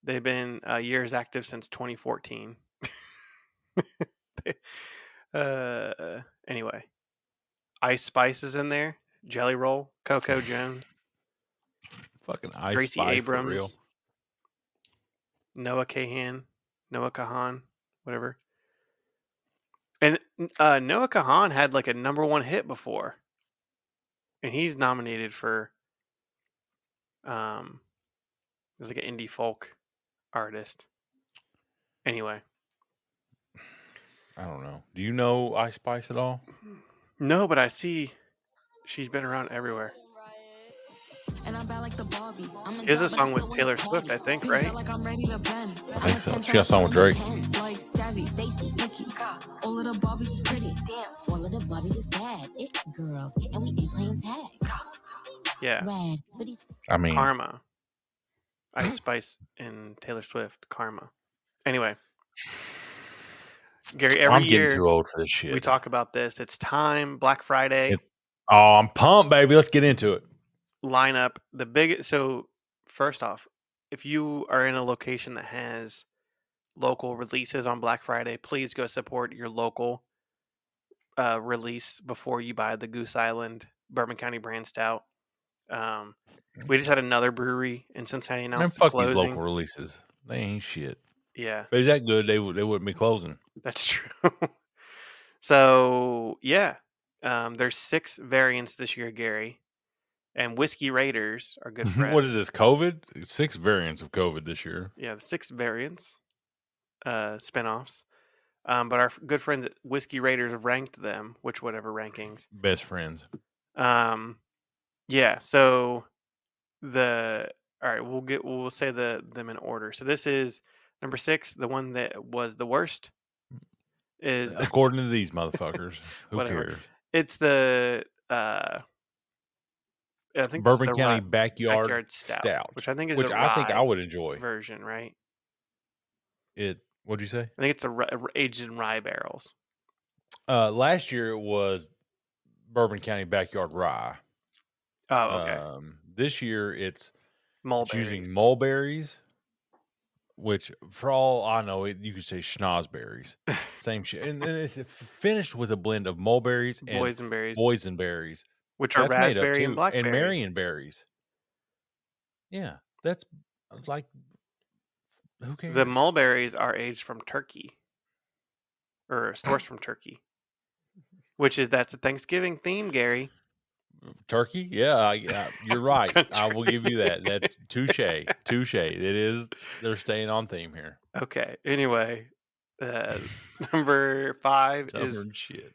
Speaker 1: They've been uh, years active since 2014. They- uh, anyway, Ice Spice is in there. Jelly Roll, Coco Jones,
Speaker 2: Fucking Ice
Speaker 1: Gracie
Speaker 2: Spice
Speaker 1: Abrams,
Speaker 2: for real.
Speaker 1: Noah Kahan, Noah Kahan, whatever. And uh, Noah Kahan had like a number one hit before, and he's nominated for. Um, he's like an indie folk artist. Anyway,
Speaker 2: I don't know. Do you know Ice Spice at all?
Speaker 1: no, but I see she's been around everywhere.
Speaker 5: And I'm bad like the Barbie. I'm
Speaker 1: Here's a song with Taylor Swift, I think, right?
Speaker 5: Like I'm ready to bend. I
Speaker 2: think so. She got a song with Drake.
Speaker 5: Like Jazzy, Stacy, Nikki. All of the Barbies is pretty. Damn. All of the Barbies is bad. It girls. And we ain't playing tag.
Speaker 1: Yeah,
Speaker 5: Red. But he's
Speaker 2: I mean,
Speaker 1: Karma. Ice Spice and Taylor Swift, Karma. Anyway, Gary, every
Speaker 2: Oh, I'm getting
Speaker 1: year
Speaker 2: too old for this shit.
Speaker 1: we talk about this. It's time Black Friday
Speaker 2: It- oh, I'm pumped, baby. Let's get into it.
Speaker 1: lineup. The big so first off, if you are in a location that has local releases on Black Friday, please go support your local uh, release before you buy the Goose Island Bourbon County brand stout. Um, we just had another brewery in Cincinnati
Speaker 2: Man,
Speaker 1: announce
Speaker 2: fuck
Speaker 1: closing.
Speaker 2: these local releases. They ain't shit.
Speaker 1: Yeah,
Speaker 2: If it's that good, they would they wouldn't be closing.
Speaker 1: That's true. so yeah, um, there's six variants this year, Gary, and whiskey raiders are good friends.
Speaker 2: Mm-hmm. what is this? COVID? Six variants of COVID this year.
Speaker 1: Yeah, the six variants, uh, spinoffs. Um, but our f- good friends at Whiskey Raiders ranked them, which whatever rankings.
Speaker 2: Best friends.
Speaker 1: Um, yeah. So the all right, we'll get we'll say the them in order. So this is number six. The one that was the worst
Speaker 2: Mm.
Speaker 1: is
Speaker 2: According to these motherfuckers, who
Speaker 1: Whatever.
Speaker 2: cares?
Speaker 1: It's the uh, I think
Speaker 2: Bourbon
Speaker 1: it's the
Speaker 2: County
Speaker 1: rye-
Speaker 2: backyard,
Speaker 1: Backyard
Speaker 2: stout,
Speaker 1: Stout, which I think is
Speaker 2: which
Speaker 1: the
Speaker 2: I think I
Speaker 1: rye
Speaker 2: would enjoy.
Speaker 1: version, right?
Speaker 2: It. What'd you say?
Speaker 1: I think it's a ri- r- aged in rye barrels.
Speaker 2: Uh, last year it was Bourbon County backyard rye.
Speaker 1: Oh, okay.
Speaker 2: Um, this year it's
Speaker 1: Mulberries.
Speaker 2: Uh, it's using mulberries, which for all I know, it, you could say schnozberries. Same shit. And then it's finished with a blend of mulberries and
Speaker 1: boysenberries,
Speaker 2: boysenberries.
Speaker 1: which are
Speaker 2: That's made up,
Speaker 1: raspberry and
Speaker 2: too,
Speaker 1: blackberry.
Speaker 2: and Marion berries. Yeah, that's like who cares?
Speaker 1: the mulberries are aged from Turkey, or sourced from Turkey, which is that's a Thanksgiving theme, Gary.
Speaker 2: turkey. Yeah, I, I, you're right. I will give you that.
Speaker 1: Country.
Speaker 2: That's touche, touche. It is. They're staying on theme here.
Speaker 1: Okay. Anyway, uh, number five is
Speaker 2: Southern shit.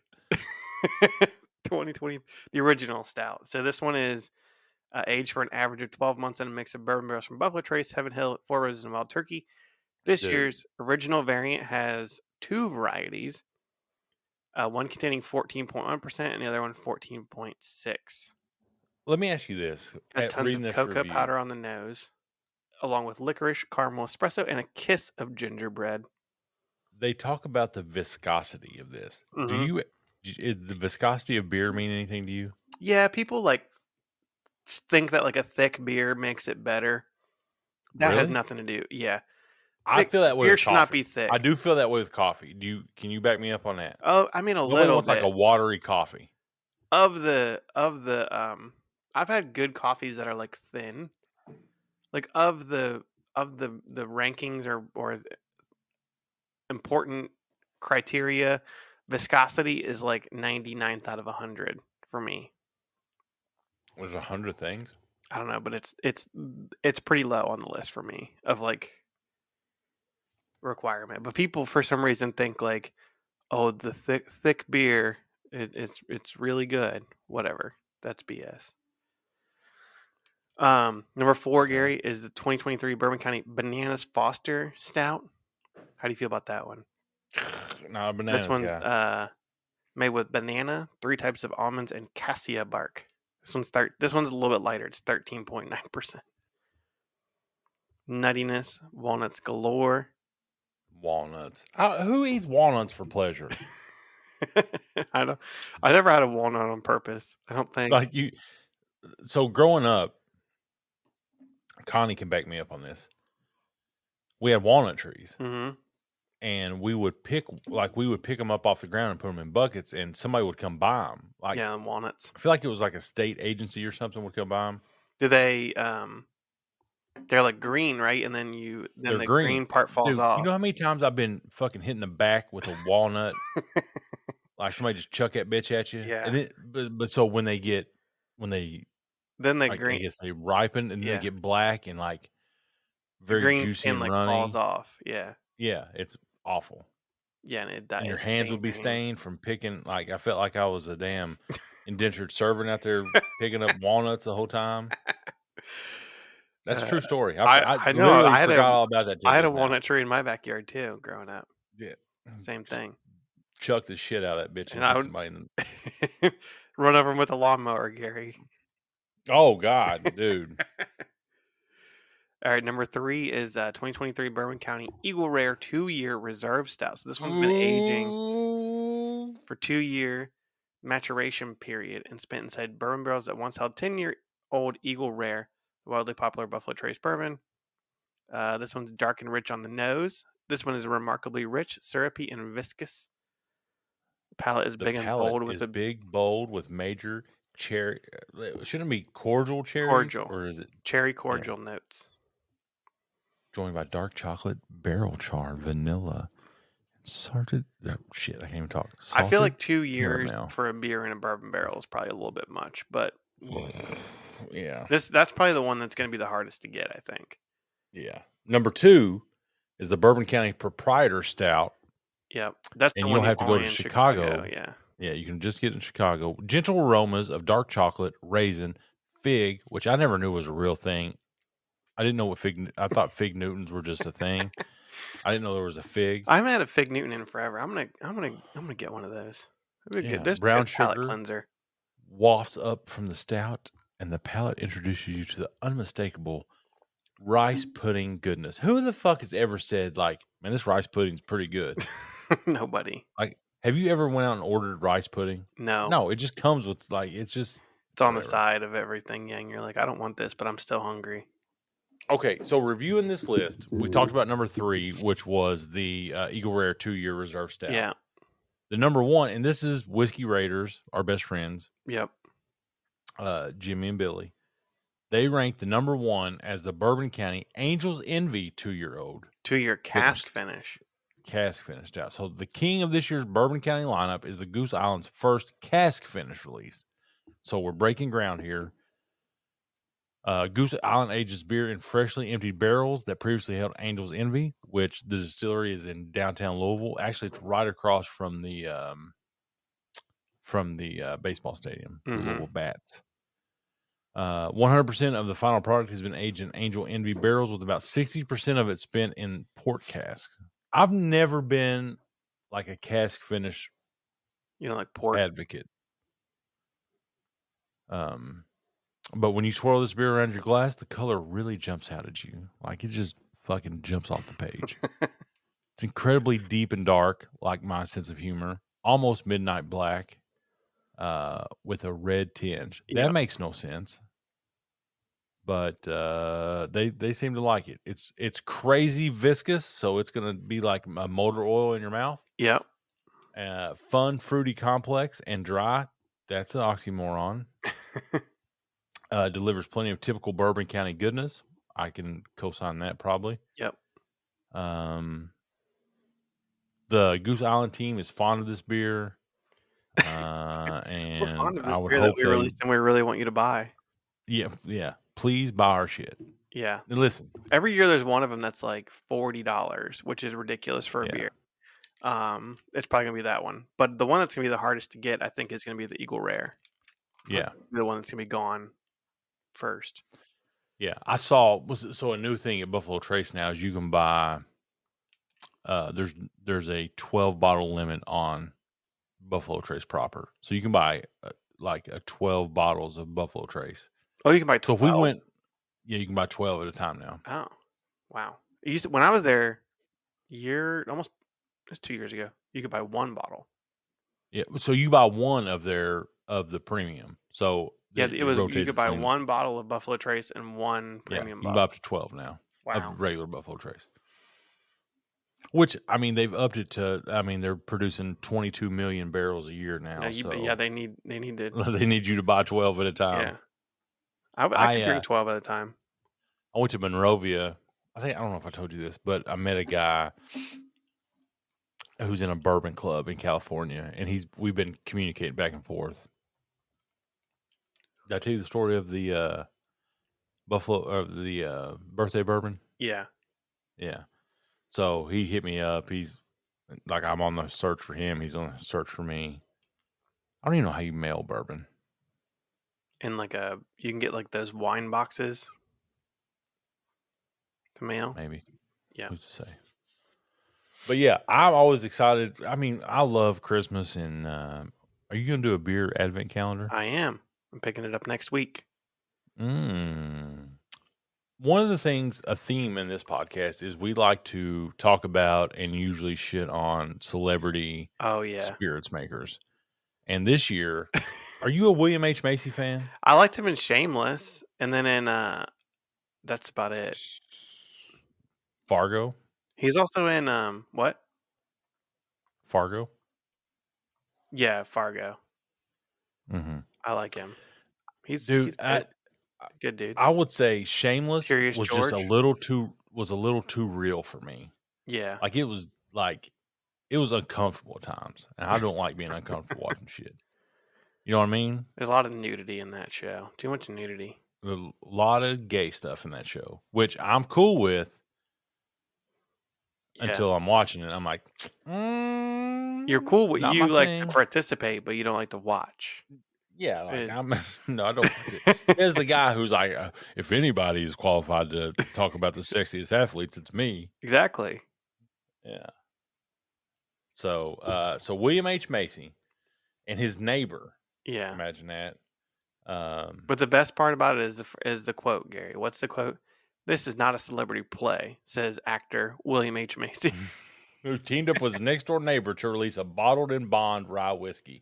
Speaker 1: 2020, the original stout. So this one is uh, aged for an average of 12 months in a mix of bourbon barrels from Buffalo Trace, Heaven Hill, Four Roses, and Wild Turkey. This
Speaker 2: Dude.
Speaker 1: year's original variant has two varieties, uh, one containing 14.1% and the other one 14.6.
Speaker 2: Let me ask you this:
Speaker 1: Has
Speaker 2: at
Speaker 1: tons
Speaker 2: reading
Speaker 1: of
Speaker 2: this
Speaker 1: cocoa
Speaker 2: review,
Speaker 1: powder on the nose, along with licorice, caramel espresso, and a kiss of gingerbread.
Speaker 2: They talk about the viscosity of this. Do
Speaker 1: Mhm.
Speaker 2: you? Is the viscosity of beer mean anything to you?
Speaker 1: Yeah, people like s- think that like a thick beer makes it better. That has
Speaker 2: Really?
Speaker 1: nothing to do. Yeah,
Speaker 2: I
Speaker 1: Thick
Speaker 2: feel that way.
Speaker 1: beer
Speaker 2: with
Speaker 1: should not
Speaker 2: coffee.
Speaker 1: be thick.
Speaker 2: I do feel that way with coffee. Do you? Can you back me up on that?
Speaker 1: Oh, I mean a
Speaker 2: Nobody
Speaker 1: little
Speaker 2: wants
Speaker 1: bit
Speaker 2: like a watery coffee.
Speaker 1: of the of the um. I've had good coffees that are like thin, like of the of the the rankings or or th- important criteria. Viscosity is like 99th out of hundred for me.
Speaker 2: There's a hundred things.
Speaker 1: I don't know, but it's it's it's pretty low on the list for me of like requirement. But people for some reason think like, oh, the thick thick beer, it, it's it's really good. Whatever, that's BS. Um, number four, Gary, is the 2023 Bourbon County Bananas Foster Stout. How do you feel about that one?
Speaker 2: nah, bananas.
Speaker 1: this one's
Speaker 2: guy.
Speaker 1: uh, made with banana, three types of almonds, and cassia bark. This one's thir- This one's a little bit lighter. It's thirteen point nine percent. Nuttiness, walnuts galore.
Speaker 2: walnuts. I, who eats walnuts for pleasure?
Speaker 1: I don't. I never had a walnut on purpose. I don't think.
Speaker 2: like you. So growing up, Connie can back me up on this. We had walnut trees,
Speaker 1: Mhm.
Speaker 2: and we would pick like we would pick them up off the ground and put them in buckets, and somebody would come buy them. Like
Speaker 1: yeah, and walnuts.
Speaker 2: I feel like it was like a state agency or something would come buy them.
Speaker 1: Do they? Um, they're like green, right? And then you then
Speaker 2: They're
Speaker 1: the green.
Speaker 2: green.
Speaker 1: part falls
Speaker 2: Dude,
Speaker 1: off.
Speaker 2: you know how many times I've been fucking hitting the back with a walnut? like somebody just chuck that bitch at you.
Speaker 1: Yeah.
Speaker 2: And it, but, but so when they get when they
Speaker 1: then the
Speaker 2: like I
Speaker 1: green
Speaker 2: guess they ripen and
Speaker 1: Yeah.
Speaker 2: they get black and like very
Speaker 1: green
Speaker 2: juicy
Speaker 1: skin
Speaker 2: and
Speaker 1: like
Speaker 2: runny.
Speaker 1: falls off. Yeah,
Speaker 2: Yeah, it's awful.
Speaker 1: yeah, and it dies.
Speaker 2: And your hands would be stained from picking. Like I felt like I was a damn indentured servant out there picking up walnuts the whole time. That's a true story.
Speaker 1: Uh, I-
Speaker 2: I, I,
Speaker 1: I know,
Speaker 2: literally
Speaker 1: I had a-
Speaker 2: forgot all about that. till
Speaker 1: I had a
Speaker 2: just now.
Speaker 1: walnut tree in my backyard too, growing up.
Speaker 2: Yeah. oh,
Speaker 1: same thing.
Speaker 2: Chuck the shit out of that bitch
Speaker 1: And
Speaker 2: and,
Speaker 1: I
Speaker 2: hit
Speaker 1: would-
Speaker 2: somebody in the
Speaker 1: Run over 'em with a lawnmower, Gary.
Speaker 2: Oh God, dude.
Speaker 1: All right, number three is uh, 2023 Bourbon County Eagle Rare Two Year Reserve Stout. So this one's been aging
Speaker 2: aging.
Speaker 1: for two year maturation period and spent inside bourbon barrels that once held 10 year old Eagle Rare, wildly popular Buffalo Trace bourbon. Uh, this one's dark and rich on the nose. This one is remarkably rich, syrupy, and viscous. Palate is
Speaker 2: The
Speaker 1: big and
Speaker 2: palate
Speaker 1: bold with
Speaker 2: is
Speaker 1: a
Speaker 2: big, bold with major cherry. uh, Shouldn't it be cordial cherries,
Speaker 1: Cordial.
Speaker 2: or is it
Speaker 1: cherry cordial notes.
Speaker 2: joined by dark chocolate, barrel char, vanilla, salted? oh, shit, I can't even talk.
Speaker 1: I feel
Speaker 2: Salted-
Speaker 1: like two years
Speaker 2: caramel.
Speaker 1: for a beer in a bourbon barrel is probably a little bit much, but
Speaker 2: yeah,
Speaker 1: this that's probably the one that's going to be the hardest to get. I think.
Speaker 2: yeah. Number two is the Bourbon County Proprietor Stout.
Speaker 1: Yeah, that's the
Speaker 2: And
Speaker 1: one
Speaker 2: you'll have to go
Speaker 1: only
Speaker 2: to
Speaker 1: in
Speaker 2: Chicago.
Speaker 1: Yeah,
Speaker 2: Yeah, you can just get it in Chicago. Gentle aromas of dark chocolate, raisin, fig, which I never knew was a real thing. I didn't know what fig. I thought fig Newtons were just a thing. I didn't know there was a fig.
Speaker 1: I haven't had a fig Newton in forever. I'm gonna I'm gonna I'm gonna get one of those. That'd be
Speaker 2: Yeah,
Speaker 1: good. There's
Speaker 2: brown
Speaker 1: brown palate
Speaker 2: sugar.
Speaker 1: cleanser.
Speaker 2: Wafts up from the stout, and the palate introduces you to the unmistakable rice
Speaker 1: Mm.
Speaker 2: pudding goodness. Who the fuck has ever said like, "Man, this rice pudding's pretty good"?
Speaker 1: Nobody.
Speaker 2: Have you ever went out and ordered rice pudding?
Speaker 1: No,
Speaker 2: No, it just comes with like it's just
Speaker 1: it's on the
Speaker 2: whatever.
Speaker 1: side of everything. Yeah, and you're like, I don't want this, but I'm still hungry.
Speaker 2: Okay, so reviewing this list, we talked about number three, which was the uh, Eagle Rare two year reserve stat.
Speaker 1: Yeah.
Speaker 2: The number one, and this is Whiskey Raiders, our best friends,
Speaker 1: Yep.
Speaker 2: uh, Jimmy and Billy. They ranked the number one as the Bourbon County Angels Envy two year old
Speaker 1: Two year cask finish.
Speaker 2: cask finished out. So the king of this year's Bourbon County lineup is the Goose Island's first cask finish release. So we're breaking ground here. Uh, Goose Island ages beer in freshly emptied barrels that previously held Angel's Envy, which the distillery is in downtown Louisville. Actually, it's right across from the um, from the uh, baseball stadium,
Speaker 1: Mhm.
Speaker 2: the Louisville Bats. Uh, 100% of the final product has been aged in Angel Envy barrels, with about 60% of it spent in port casks. I've never been like a cask finish
Speaker 1: You know, like pork.
Speaker 2: advocate. Um, but when you swirl this beer around your glass, the color really jumps out at you. Like it just fucking jumps off the page. it's incredibly deep and dark, like my sense of humor, almost midnight black, uh, with a red tinge. That
Speaker 1: Yep.
Speaker 2: makes no sense. but uh, they they seem to like it. It's it's crazy viscous, so it's gonna be like a motor oil in your mouth.
Speaker 1: Yep.
Speaker 2: Uh, fun, fruity, complex, and dry. That's an oxymoron. uh, delivers plenty of typical Bourbon County goodness. I can co-sign that probably.
Speaker 1: Yep.
Speaker 2: Um, the Goose Island team is fond of this beer. Uh, and
Speaker 1: We're fond of this
Speaker 2: I would
Speaker 1: beer that
Speaker 2: hope
Speaker 1: we
Speaker 2: they-
Speaker 1: released and we really want you to buy.
Speaker 2: yeah, yeah. Please buy our shit.
Speaker 1: Yeah.
Speaker 2: And listen,
Speaker 1: Every year there's one of them that's like forty dollars, which is ridiculous for a
Speaker 2: Yeah.
Speaker 1: beer. Um, it's probably gonna be that one, but the one that's gonna be the hardest to get, I think, is gonna be the Eagle Rare.
Speaker 2: yeah.
Speaker 1: The one that's gonna be gone first.
Speaker 2: Yeah, I saw was it- so a new thing at Buffalo Trace now is you can buy uh there's there's a 12 bottle limit on Buffalo Trace proper. So you can buy uh, like a 12 bottles of Buffalo Trace.
Speaker 1: Oh, you can buy.
Speaker 2: So
Speaker 1: 12.
Speaker 2: if we went yeah, you can buy 12 at a time now.
Speaker 1: Oh, wow. It used to, when I was there, year almost it's two years ago. You could buy one bottle.
Speaker 2: Yeah, so you buy one of their of the premium. So
Speaker 1: Yeah,
Speaker 2: it-
Speaker 1: it
Speaker 2: it
Speaker 1: was. You
Speaker 2: rotates
Speaker 1: could buy
Speaker 2: between-
Speaker 1: one bottle of Buffalo Trace and one
Speaker 2: Yeah,
Speaker 1: premium
Speaker 2: you can buy
Speaker 1: bottle.
Speaker 2: up to 12 now.
Speaker 1: wow.
Speaker 2: of regular Buffalo Trace. Which I mean, they've upped it to. I mean, they're producing 22 million barrels a year now.
Speaker 1: No, you-
Speaker 2: so
Speaker 1: yeah, they need they need to.
Speaker 2: they need you to buy 12 at a time.
Speaker 1: yeah, I, I,
Speaker 2: I,
Speaker 1: could
Speaker 2: uh,
Speaker 1: drink twelve at a time.
Speaker 2: I went to Monrovia. I think I don't know if I told you this, but I met a guy who's in a bourbon club in California, and he's we've been communicating back and forth. Did I tell you the story of the uh, Buffalo of the uh, birthday bourbon?
Speaker 1: Yeah,
Speaker 2: Yeah. So he hit me up. He's like, I'm on the search for him. He's on the search for me. I don't even know how you mail bourbon.
Speaker 1: and like a you can get like those wine boxes to mail.
Speaker 2: Maybe.
Speaker 1: Yeah.
Speaker 2: Who's to say? But yeah, I'm always excited. I mean, I love Christmas. And uh, are you going to do a beer advent calendar?
Speaker 1: I am. I'm picking it up next week.
Speaker 2: Mm. One of the things, a theme in this podcast is we like to talk about and usually shit on celebrity
Speaker 1: Oh yeah,
Speaker 2: spirits makers. And this year, are you a William H. Macy fan?
Speaker 1: I liked him in Shameless, and then in uh, that's about it.
Speaker 2: Fargo.
Speaker 1: He's also in um what?
Speaker 2: Fargo.
Speaker 1: Yeah, Fargo.
Speaker 2: Mm-hmm.
Speaker 1: I like him. He's
Speaker 2: Dude,
Speaker 1: he's good,
Speaker 2: I,
Speaker 1: good dude.
Speaker 2: I would say Shameless
Speaker 1: Curious
Speaker 2: was just a
Speaker 1: George?
Speaker 2: little too was a little too real for me.
Speaker 1: yeah,
Speaker 2: Like it was like it was uncomfortable at times, and I don't like being uncomfortable watching shit. You know what I mean?
Speaker 1: there's a lot of nudity in that show. Too much nudity.
Speaker 2: A lot of gay stuff in that show, which I'm cool with
Speaker 1: Yeah.
Speaker 2: until I'm watching it. I'm like, mm,
Speaker 1: you're cool with
Speaker 2: not
Speaker 1: you
Speaker 2: my
Speaker 1: like to
Speaker 2: thing.
Speaker 1: participate, but you don't like to watch.
Speaker 2: Yeah, like
Speaker 1: is.
Speaker 2: I'm no, I don't. like it. There's the guy who's like, uh, if anybody is qualified to talk about the sexiest athletes, it's me.
Speaker 1: exactly.
Speaker 2: Yeah. So, uh, so William H Macy and his neighbor.
Speaker 1: Yeah.
Speaker 2: Imagine that. Um,
Speaker 1: But the best part about it is the f- is the quote, Gary. What's the quote? This is not a celebrity play, says actor William H Macy.
Speaker 2: Hmm. who teamed up with his next door neighbor to release a bottled and bond rye whiskey.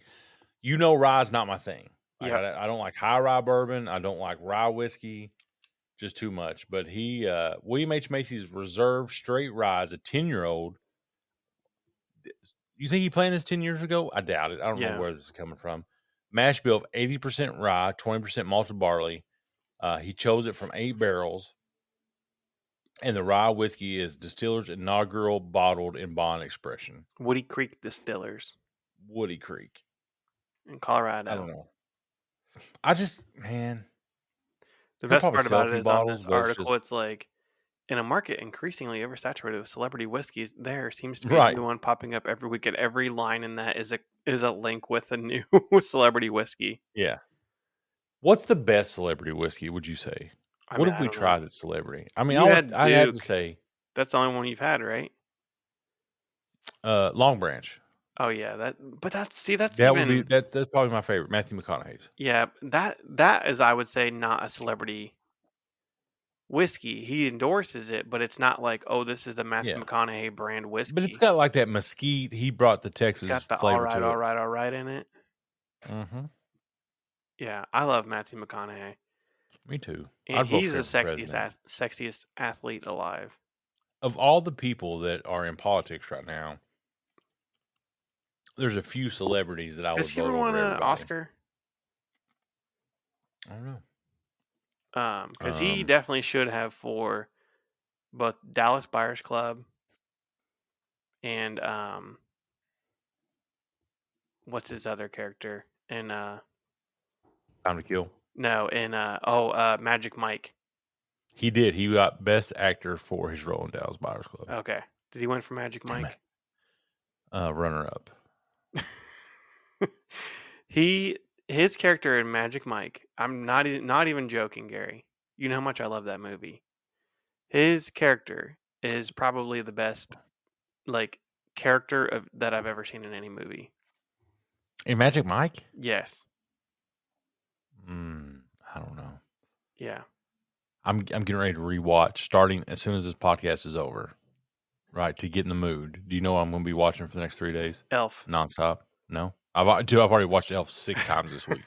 Speaker 2: You know, rye's not my thing. Like,
Speaker 1: Yep.
Speaker 2: I, don't- I don't like high rye bourbon. I don't like rye whiskey, just too much. But he, uh, William H. Macy's Reserve Straight Rye is a 10 year old. You think he planned this 10 years ago? I doubt it. I don't
Speaker 1: Yeah.
Speaker 2: know where this is coming from. Mash bill of 80% rye, 20% malted barley. Uh, he chose it from eight barrels. And the rye whiskey is distiller's inaugural bottled and bond expression,
Speaker 1: Woody Creek Distillers
Speaker 2: Woody Creek.
Speaker 1: in Colorado.
Speaker 2: I don't know. I just, man,
Speaker 1: The
Speaker 2: They'll
Speaker 1: best
Speaker 2: probably
Speaker 1: part about
Speaker 2: sell
Speaker 1: it
Speaker 2: a few
Speaker 1: is on
Speaker 2: bottles,
Speaker 1: this
Speaker 2: but it's
Speaker 1: article,
Speaker 2: just-
Speaker 1: it's like in a market increasingly oversaturated with celebrity whiskeys, there seems to be
Speaker 2: Right.
Speaker 1: a new one popping up every week, and every line in that is a is a link with a new celebrity whiskey.
Speaker 2: yeah. What's the best celebrity whiskey? Would you say?
Speaker 1: I
Speaker 2: what
Speaker 1: mean,
Speaker 2: have
Speaker 1: I
Speaker 2: we
Speaker 1: don't know.
Speaker 2: tried at celebrity? I mean,
Speaker 1: You
Speaker 2: I,
Speaker 1: had
Speaker 2: would, I have to
Speaker 1: Duke.
Speaker 2: say,
Speaker 1: That's the only one you've had, right?
Speaker 2: uh, Long Branch.
Speaker 1: Oh yeah, that. But that's see, that's
Speaker 2: That
Speaker 1: even
Speaker 2: would be that, That's probably my favorite. Matthew McConaughey's.
Speaker 1: yeah. That that is, I would say, not a celebrity whiskey. He endorses it, but it's not like, oh, this is the Matthew
Speaker 2: Yeah.
Speaker 1: McConaughey brand whiskey.
Speaker 2: But it's got like that mesquite. He brought the
Speaker 1: it's
Speaker 2: Texas
Speaker 1: got the all
Speaker 2: flavor
Speaker 1: right,
Speaker 2: to
Speaker 1: all right, all right in it.
Speaker 2: it. Mhm.
Speaker 1: Yeah, I love Matthew McConaughey.
Speaker 2: Me too.
Speaker 1: And
Speaker 2: I'd vote
Speaker 1: he's
Speaker 2: for
Speaker 1: the
Speaker 2: him for
Speaker 1: sexiest,
Speaker 2: president.
Speaker 1: ath- sexiest athlete alive.
Speaker 2: Of all the people that are in politics right now, there's a few celebrities that I would
Speaker 1: Has he
Speaker 2: vote
Speaker 1: ever
Speaker 2: over
Speaker 1: won an
Speaker 2: everybody.
Speaker 1: Oscar?
Speaker 2: I don't know.
Speaker 1: Because he
Speaker 2: Um,
Speaker 1: definitely should have for both Dallas Buyers Club and um, what's his other character? And uh,
Speaker 2: Time to kill.
Speaker 1: no, in uh, oh, uh, Magic Mike.
Speaker 2: He did. He got best actor for his role in Dallas Buyers Club.
Speaker 1: Okay, did he win for Magic
Speaker 2: Damn
Speaker 1: Mike? Oh.
Speaker 2: Uh, runner up.
Speaker 1: he his character in Magic Mike. I'm not e- not even joking, Gary. You know how much I love that movie. His character is probably the best like character of, that I've ever seen in any movie.
Speaker 2: And Magic Mike?
Speaker 1: Yes.
Speaker 2: Mm, I don't know.
Speaker 1: Yeah.
Speaker 2: I'm I'm getting ready to rewatch starting as soon as this podcast is over. Right, to get in the mood. Do you know what I'm going to be watching for the next three days
Speaker 1: Elf.
Speaker 2: nonstop? No, I've al- dude, I've already watched Elf six times this week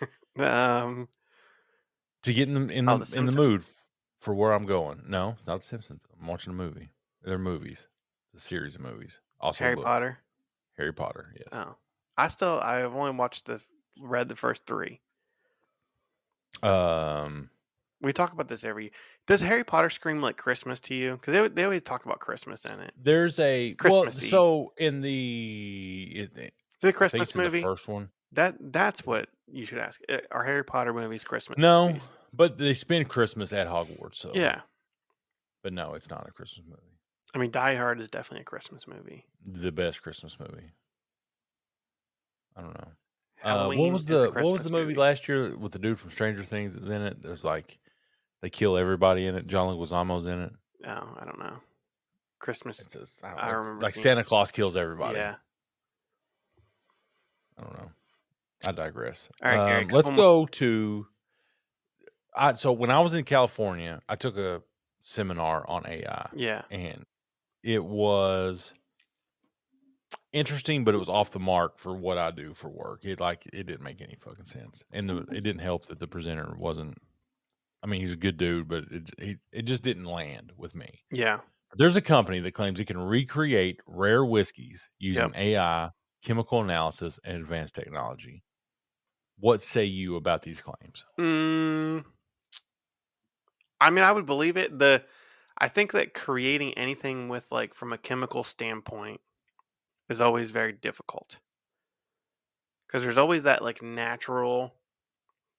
Speaker 1: Um
Speaker 2: to get in the in the,
Speaker 1: Oh, The
Speaker 2: in the
Speaker 1: Simpsons.
Speaker 2: mood for where I'm going. No, it's not The Simpsons. I'm watching a movie. They're movies. It's a series of movies. Also,
Speaker 1: Harry
Speaker 2: books.
Speaker 1: Potter.
Speaker 2: Harry Potter. Yes,
Speaker 1: Oh. I still I've only watched the read the first 3. Oh.
Speaker 2: um,
Speaker 1: We talk about this every Does Harry Potter scream like Christmas to you? Cuz they they always talk about Christmas in it.
Speaker 2: there's a well.
Speaker 1: Christmassy.
Speaker 2: So in the it- it-
Speaker 1: Is it a
Speaker 2: I think
Speaker 1: Christmas
Speaker 2: it's in the
Speaker 1: movie?
Speaker 2: first one.
Speaker 1: That that's what you should ask. Uh, Are Harry Potter movies Christmas?
Speaker 2: No, Oh.
Speaker 1: movies?
Speaker 2: but they spend Christmas at Hogwarts. So
Speaker 1: Yeah,
Speaker 2: But no, it's not a Christmas movie.
Speaker 1: I mean, Die Hard is definitely a Christmas movie.
Speaker 2: The best Christmas movie. I don't know. Uh,
Speaker 1: Halloween
Speaker 2: what was
Speaker 1: is
Speaker 2: the
Speaker 1: a
Speaker 2: What was the
Speaker 1: Christmas
Speaker 2: movie, last year with the dude from Stranger Things that's in it? There's like they kill everybody in it. John Leguizamo's in it.
Speaker 1: No, Oh, I don't know. Christmas.
Speaker 2: It's just, I, don't know,
Speaker 1: I
Speaker 2: it's
Speaker 1: remember
Speaker 2: like
Speaker 1: seeing it.
Speaker 2: Santa Claus kills everybody.
Speaker 1: Yeah.
Speaker 2: I don't know. I digress.
Speaker 1: All right, Gary,
Speaker 2: Um, let's
Speaker 1: couple
Speaker 2: go to. I so when I was in California, I took a seminar on AI.
Speaker 1: Yeah.
Speaker 2: and it was interesting, but it was off the mark for what I do for work. It like it didn't make any fucking sense, and the, it didn't help that the presenter wasn't. I mean, he's a good dude, but it it, it just didn't land with me.
Speaker 1: Yeah.
Speaker 2: There's a company that claims it can recreate rare whiskeys using
Speaker 1: Yep.
Speaker 2: AI, chemical analysis, and advanced technology. What say you about these claims?
Speaker 1: Mm, I mean, I would believe it. The I think that creating anything with like from a chemical standpoint is always very difficult because there's always that like natural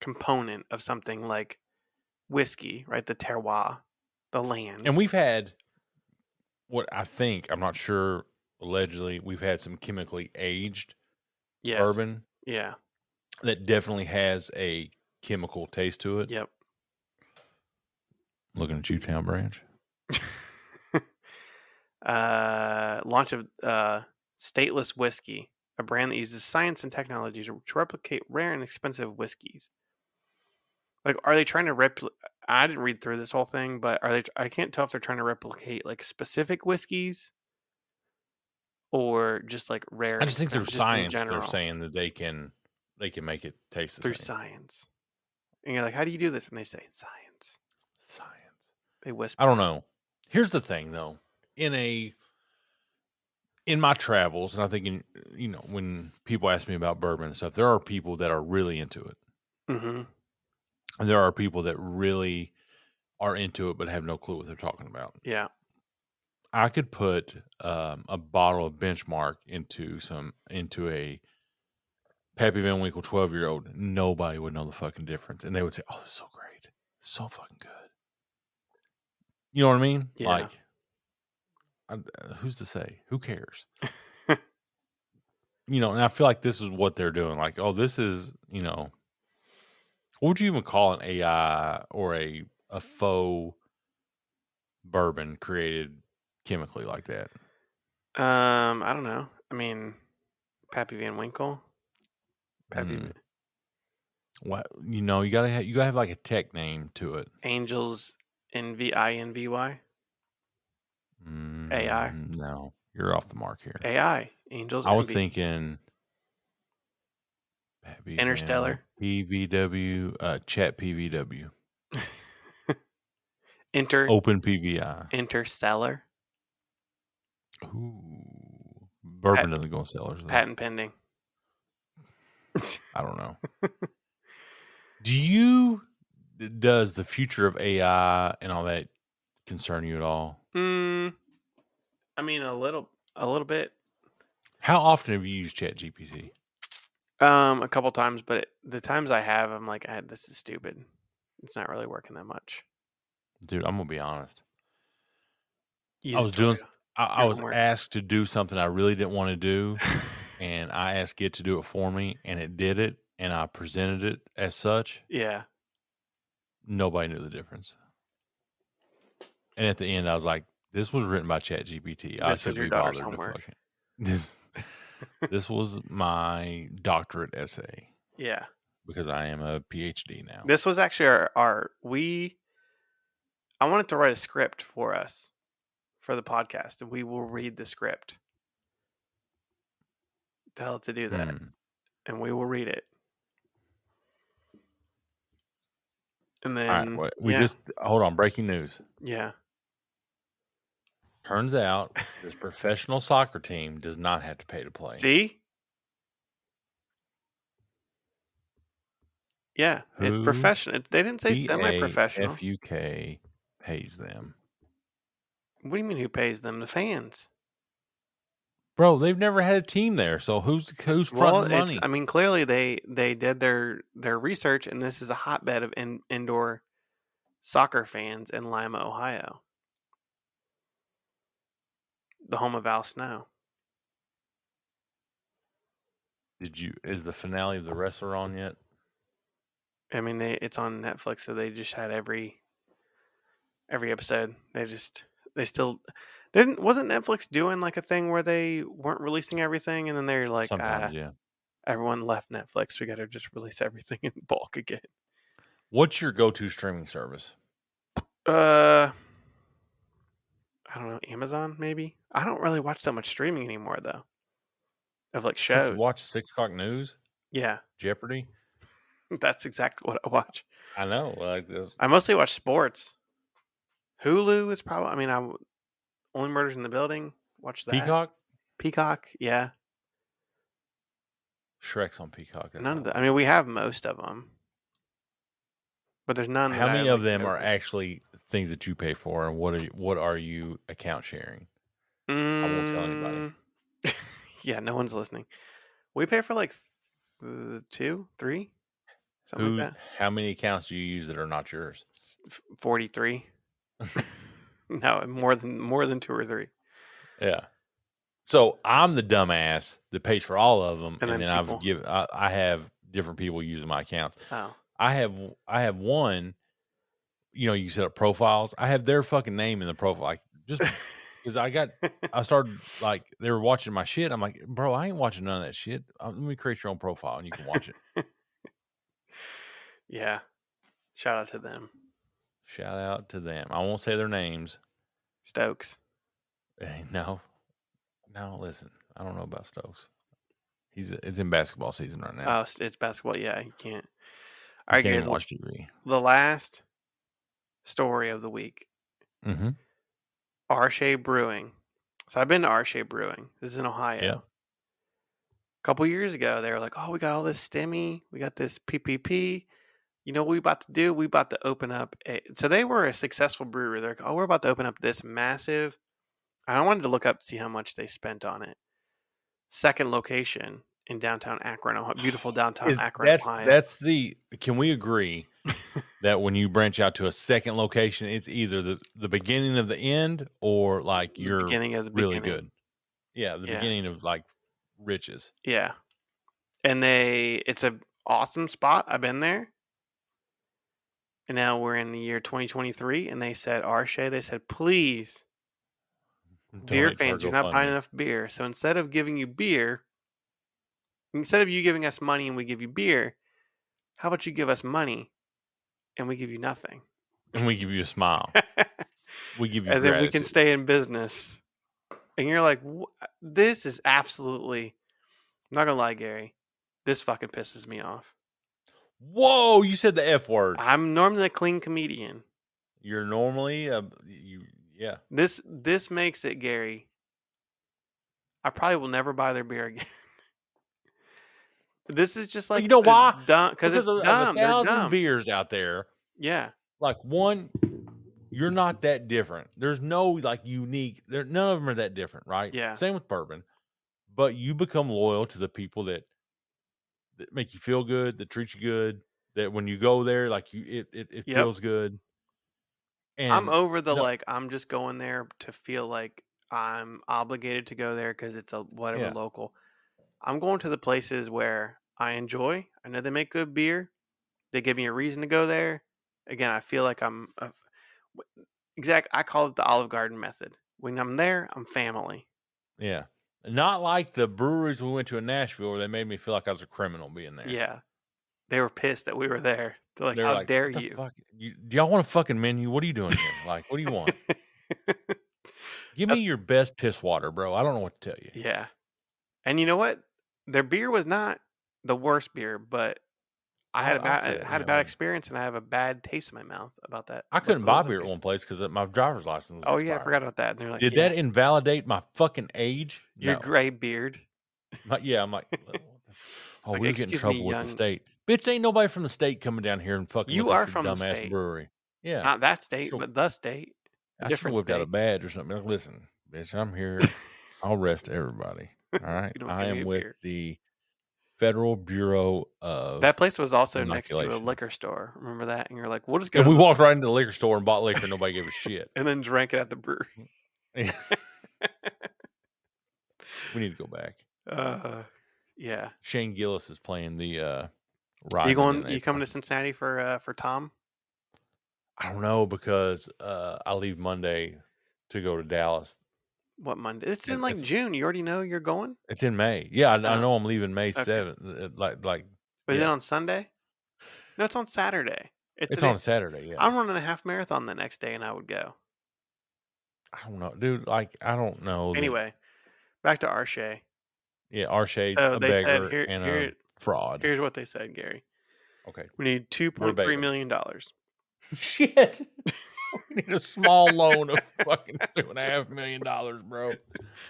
Speaker 1: component of something like whiskey, right? The terroir, the land.
Speaker 2: And we've had what I think, I'm not sure, allegedly, we've had some chemically aged
Speaker 1: yes.
Speaker 2: bourbon
Speaker 1: Yeah.
Speaker 2: that definitely has a chemical taste to it.
Speaker 1: Yep.
Speaker 2: Looking at you, Town Branch.
Speaker 1: uh, launch of uh, Stateless Whiskey, a brand that uses science and technology to, to replicate rare and expensive whiskeys. Like, are they trying to repl? I didn't read through this whole thing, but are they? I can't tell if they're trying to replicate like specific whiskeys or just like rare.
Speaker 2: I just think
Speaker 1: they're
Speaker 2: through science, they're saying that they can they can make it taste the
Speaker 1: through
Speaker 2: same.
Speaker 1: science. And you're like, how do you do this? And they say science.
Speaker 2: Science.
Speaker 1: They whisper.
Speaker 2: I don't know. Here's the thing, though. In a in my travels, and I think in you know when people ask me about bourbon and stuff, there are people that are really into it.
Speaker 1: Mm-hmm.
Speaker 2: And there are people that really are into it but have no clue what they're talking about.
Speaker 1: Yeah.
Speaker 2: I could put um, a bottle of benchmark into some into a Pappy Van Winkle twelve year old. Nobody would know the fucking difference, and they would say, "Oh, it's so great, it's so fucking good." You know what I mean?
Speaker 1: Yeah.
Speaker 2: Like, I, uh, who's to say? Who cares? you know, and I feel like this is what they're doing. Like, oh, this is you know, what would you even call an AI or a a faux bourbon created chemically like that?
Speaker 1: Um, I don't know. I mean, Pappy Van Winkle. Pappy
Speaker 2: Mm. What you know, you gotta have, you gotta have like a tech name to it.
Speaker 1: Angels N V I N V Y AI.
Speaker 2: Mm, No, you're off the mark here.
Speaker 1: AI Angels.
Speaker 2: I was
Speaker 1: NV
Speaker 2: thinking. Pappy Van Winkle,
Speaker 1: Interstellar.
Speaker 2: PVW, uh, chat PVW.
Speaker 1: Inter
Speaker 2: Open PBI.
Speaker 1: Interstellar.
Speaker 2: Ooh. Bourbon
Speaker 1: Pat-
Speaker 2: doesn't go in cellars. though.
Speaker 1: Patent pending.
Speaker 2: I don't know. Do you th- does the future of AI and all that concern you at all?
Speaker 1: Mm, I mean a little a little bit.
Speaker 2: How often have you used ChatGPT?
Speaker 1: Um, a couple times, but it, the times I have, I'm like, ah, this is stupid. It's not really working that much.
Speaker 2: Dude, I'm gonna be honest.
Speaker 1: Use
Speaker 2: was doing
Speaker 1: Twitter.
Speaker 2: I, I
Speaker 1: Your
Speaker 2: was
Speaker 1: homework.
Speaker 2: asked to do something I really didn't want to do, and I asked it to do it for me, and it did it, and I presented it as such.
Speaker 1: yeah,
Speaker 2: Nobody knew the difference. And at the end, I was like, "This was written by ChatGPT. I
Speaker 1: This
Speaker 2: should
Speaker 1: was your
Speaker 2: be bothered
Speaker 1: daughter's
Speaker 2: to
Speaker 1: homework.
Speaker 2: fucking- This, this was my doctorate essay."
Speaker 1: yeah.
Speaker 2: because I am a PhD now.
Speaker 1: This was actually our, our we. I wanted to write a script for us, for the podcast, and we will read the script. Tell it to do that,
Speaker 2: Hmm.
Speaker 1: and we will read it. And then
Speaker 2: All right, wait, we
Speaker 1: yeah,
Speaker 2: just hold on. Breaking news:
Speaker 1: yeah.
Speaker 2: turns out this professional soccer team does not have to pay to play.
Speaker 1: See? Yeah, it's
Speaker 2: Who
Speaker 1: professional. it- They didn't say semi-professional.
Speaker 2: BAFUK pays them,
Speaker 1: What do you mean? Who pays them? The fans.
Speaker 2: bro. They've never had a team there, so who's who's
Speaker 1: Well,
Speaker 2: front
Speaker 1: it's-
Speaker 2: money?
Speaker 1: I mean, clearly they they did their their research, and this is a hotbed of in, indoor soccer fans in Lima, Ohio, the home of Al Snow.
Speaker 2: Did you is the finale of the wrestler on yet?
Speaker 1: I mean, they it's on Netflix, so they just had every every episode. They just they still didn't wasn't Netflix doing like a thing where they weren't releasing everything, and then they're like, ah,
Speaker 2: Sometimes, yeah.
Speaker 1: everyone left Netflix. We got to just release everything in bulk again.
Speaker 2: What's your go-to streaming service?
Speaker 1: Uh, I don't know, Amazon maybe. I don't really watch that much streaming anymore though. Of like
Speaker 2: Since you
Speaker 1: shows,
Speaker 2: Watch six o'clock news,
Speaker 1: yeah,
Speaker 2: Jeopardy.
Speaker 1: that's exactly what I watch.
Speaker 2: I know, like this.
Speaker 1: I mostly watch sports. Hulu is probably. I mean, I w- only Murders in the Building. Watch that.
Speaker 2: Peacock,
Speaker 1: Peacock. Yeah.
Speaker 2: Shrek's on Peacock. that's
Speaker 1: none
Speaker 2: all.
Speaker 1: of the. I mean, we have most of them, but there's none.
Speaker 2: How
Speaker 1: that I,
Speaker 2: many of
Speaker 1: like,
Speaker 2: them
Speaker 1: go
Speaker 2: are
Speaker 1: to.
Speaker 2: actually things that you pay for, and what are you, what are you account sharing? won't tell anybody.
Speaker 1: Mm, yeah, no one's listening. We pay for like th- two, three, something
Speaker 2: Who?
Speaker 1: like that.
Speaker 2: How many accounts do you use that are not yours?
Speaker 1: S- f- Forty-three. no, more than more than two or three.
Speaker 2: Yeah. So I'm the dumbass that pays for all of them,
Speaker 1: And
Speaker 2: and,
Speaker 1: then
Speaker 2: then
Speaker 1: people-
Speaker 2: I've given I, I have different people using my accounts.
Speaker 1: Oh,
Speaker 2: I have I have one. You know, you set up profiles. I have their fucking name in the profile, like just because I got I started like they were watching my shit. I'm like, bro, I ain't watching none of that shit. Uh, Let me create your own profile and you can watch it.
Speaker 1: yeah. Shout out to them,
Speaker 2: Shout out to them. I won't say their names.
Speaker 1: Stokes.
Speaker 2: Hey, no, no. Listen, I don't know about Stokes. He's it's in basketball season right now.
Speaker 1: Oh, s- it's basketball. Yeah, you can't.
Speaker 2: I
Speaker 1: All
Speaker 2: can't
Speaker 1: right, Gary.
Speaker 2: even
Speaker 1: The,
Speaker 2: watch TV.
Speaker 1: the last story of the week
Speaker 2: Mm-hmm.
Speaker 1: Arshay Brewing. So I've been to Arshay Brewing. This is in Ohio.
Speaker 2: Yeah.
Speaker 1: A couple years ago, they were like, "Oh, we got all this STEMI, we got this PPP. You know what we about to do? We about to open up." A... So they were a successful brewery. They're like, "Oh, we're about to open up this massive." I wanted to look up to see how much they spent on it. Second location in downtown Akron, Ohio, beautiful downtown
Speaker 2: Is-
Speaker 1: Akron,
Speaker 2: that's
Speaker 1: Ohio.
Speaker 2: that's the. Can we agree that when you branch out to a second location, it's either the the beginning of the end or like
Speaker 1: The
Speaker 2: you're
Speaker 1: beginning of the
Speaker 2: really
Speaker 1: beginning.
Speaker 2: good. Yeah, the
Speaker 1: Yeah.
Speaker 2: beginning of like riches.
Speaker 1: Yeah. And they it's a awesome spot. I've been there. And now we're in the year 2023 and they said Arshay, they said, "Please, dear
Speaker 2: Donate to our
Speaker 1: fans, you're not buying
Speaker 2: GoFundMe.
Speaker 1: enough beer. So instead of giving you beer, instead of you giving us money and we give you beer, how about you give us money and we give you nothing?"
Speaker 2: and we give you a smile. We give you,
Speaker 1: and then we can
Speaker 2: gratitude.
Speaker 1: stay in business. And you're like, "Wha- this is absolutely. I'm not gonna lie, Gary. This fucking pisses me off.
Speaker 2: Whoa, you said the f word.
Speaker 1: I'm normally a clean comedian.
Speaker 2: You're normally a you yeah.
Speaker 1: This this makes it, Gary. I probably will never buy their beer again. this is just
Speaker 2: Well,
Speaker 1: like
Speaker 2: you know
Speaker 1: it's
Speaker 2: why?
Speaker 1: Dumb because it's
Speaker 2: of, of
Speaker 1: dumb.
Speaker 2: a
Speaker 1: They're
Speaker 2: thousand
Speaker 1: dumb.
Speaker 2: beers out there.
Speaker 1: yeah,
Speaker 2: Like one, you're not that different. There's no like unique. There none of them are that different, right?
Speaker 1: Yeah.
Speaker 2: Same with bourbon, but you become loyal to the people that that make you feel good, that treat you good. That when you go there, like you, it it, it
Speaker 1: Yep.
Speaker 2: feels good. And
Speaker 1: I'm over the
Speaker 2: no.
Speaker 1: like. I'm just going there to feel like I'm obligated to go there because it's a whatever
Speaker 2: Yeah.
Speaker 1: local. I'm going to the places where I enjoy. I know they make good beer. They give me a reason to go there. Again, I feel like I'm a, w- exact. I call it the Olive Garden method. When I'm there, I'm family.
Speaker 2: yeah, not like the breweries we went to in Nashville where they made me feel like I was a criminal being there.
Speaker 1: Yeah, they were pissed that we were there. They're like,
Speaker 2: They're
Speaker 1: "How
Speaker 2: like,
Speaker 1: dare
Speaker 2: "What the
Speaker 1: you?"
Speaker 2: fuck? you? Do y'all want a fucking menu? What are you doing here? Like, what do you want? Give me
Speaker 1: That's-
Speaker 2: your best piss water, bro. I don't know what to tell you.
Speaker 1: Yeah. And you know what? Their beer was not the worst beer, but I had
Speaker 2: I-
Speaker 1: a
Speaker 2: I
Speaker 1: bad
Speaker 2: feel-
Speaker 1: I had
Speaker 2: yeah,
Speaker 1: a bad
Speaker 2: I-
Speaker 1: experience and I have a bad taste in my mouth about that.
Speaker 2: I
Speaker 1: with
Speaker 2: couldn't
Speaker 1: those
Speaker 2: buy
Speaker 1: other
Speaker 2: beer at
Speaker 1: places.
Speaker 2: one place because my driver's license was
Speaker 1: Oh yeah, I
Speaker 2: expired.
Speaker 1: forgot about that. And they're like,
Speaker 2: Did
Speaker 1: "Yeah,
Speaker 2: that invalidate my fucking age?
Speaker 1: your
Speaker 2: No.
Speaker 1: gray beard?
Speaker 2: My- yeah, I'm like, "Well, what the- oh, we'll
Speaker 1: Like,
Speaker 2: get in
Speaker 1: "Excuse me,
Speaker 2: trouble with
Speaker 1: young-
Speaker 2: the state. Bitch, ain't nobody from the state coming down here and fucking.
Speaker 1: You
Speaker 2: looking
Speaker 1: are
Speaker 2: for
Speaker 1: from the
Speaker 2: dumbass
Speaker 1: state.
Speaker 2: brewery. Yeah,
Speaker 1: Not that state,
Speaker 2: Sure.
Speaker 1: but the state.
Speaker 2: I should have
Speaker 1: different
Speaker 2: whipped out a
Speaker 1: state.
Speaker 2: badge or something. Like, listen, bitch, I'm here. I'll rest everybody. All right,
Speaker 1: don't
Speaker 2: I
Speaker 1: give me
Speaker 2: am
Speaker 1: a
Speaker 2: with
Speaker 1: beer.
Speaker 2: the Federal Bureau of
Speaker 1: That place was also next to a
Speaker 2: inoculation.
Speaker 1: liquor store. Remember that? And you're like, we'll just go
Speaker 2: And
Speaker 1: to
Speaker 2: we
Speaker 1: the-
Speaker 2: walked right into the liquor store and bought liquor. and Nobody gave a shit.
Speaker 1: and then drank it at the brewery.
Speaker 2: we need to go back.
Speaker 1: Uh, yeah.
Speaker 2: Shane Gillis is playing the uh ride.
Speaker 1: you going you coming to Cincinnati for uh for Tom?
Speaker 2: I don't know because uh I leave Monday to go to Dallas.
Speaker 1: What Monday? It's
Speaker 2: It-
Speaker 1: in like
Speaker 2: it's-
Speaker 1: June. You already know you're going?
Speaker 2: It's in May. Yeah, I, I
Speaker 1: Oh,
Speaker 2: know I'm leaving May
Speaker 1: okay.
Speaker 2: seventh. uh, Like like
Speaker 1: But is
Speaker 2: Yeah.
Speaker 1: it on Sunday? No, it's on Saturday. It's,
Speaker 2: it's
Speaker 1: an-
Speaker 2: on Saturday. Yeah,
Speaker 1: I'm running a half marathon the next day, and I would go
Speaker 2: I don't know, dude. Like I don't know. that-
Speaker 1: anyway. Back to Arshay.
Speaker 2: yeah, Arshay,
Speaker 1: So
Speaker 2: a
Speaker 1: they said,
Speaker 2: beggar
Speaker 1: "Here-
Speaker 2: and
Speaker 1: here-
Speaker 2: a fraud.
Speaker 1: Here's what they said, Gary.
Speaker 2: Okay,
Speaker 1: We need two point three
Speaker 2: begging.
Speaker 1: million dollars.
Speaker 2: shit. we need a small loan of fucking two and a half million dollars, bro. Eh,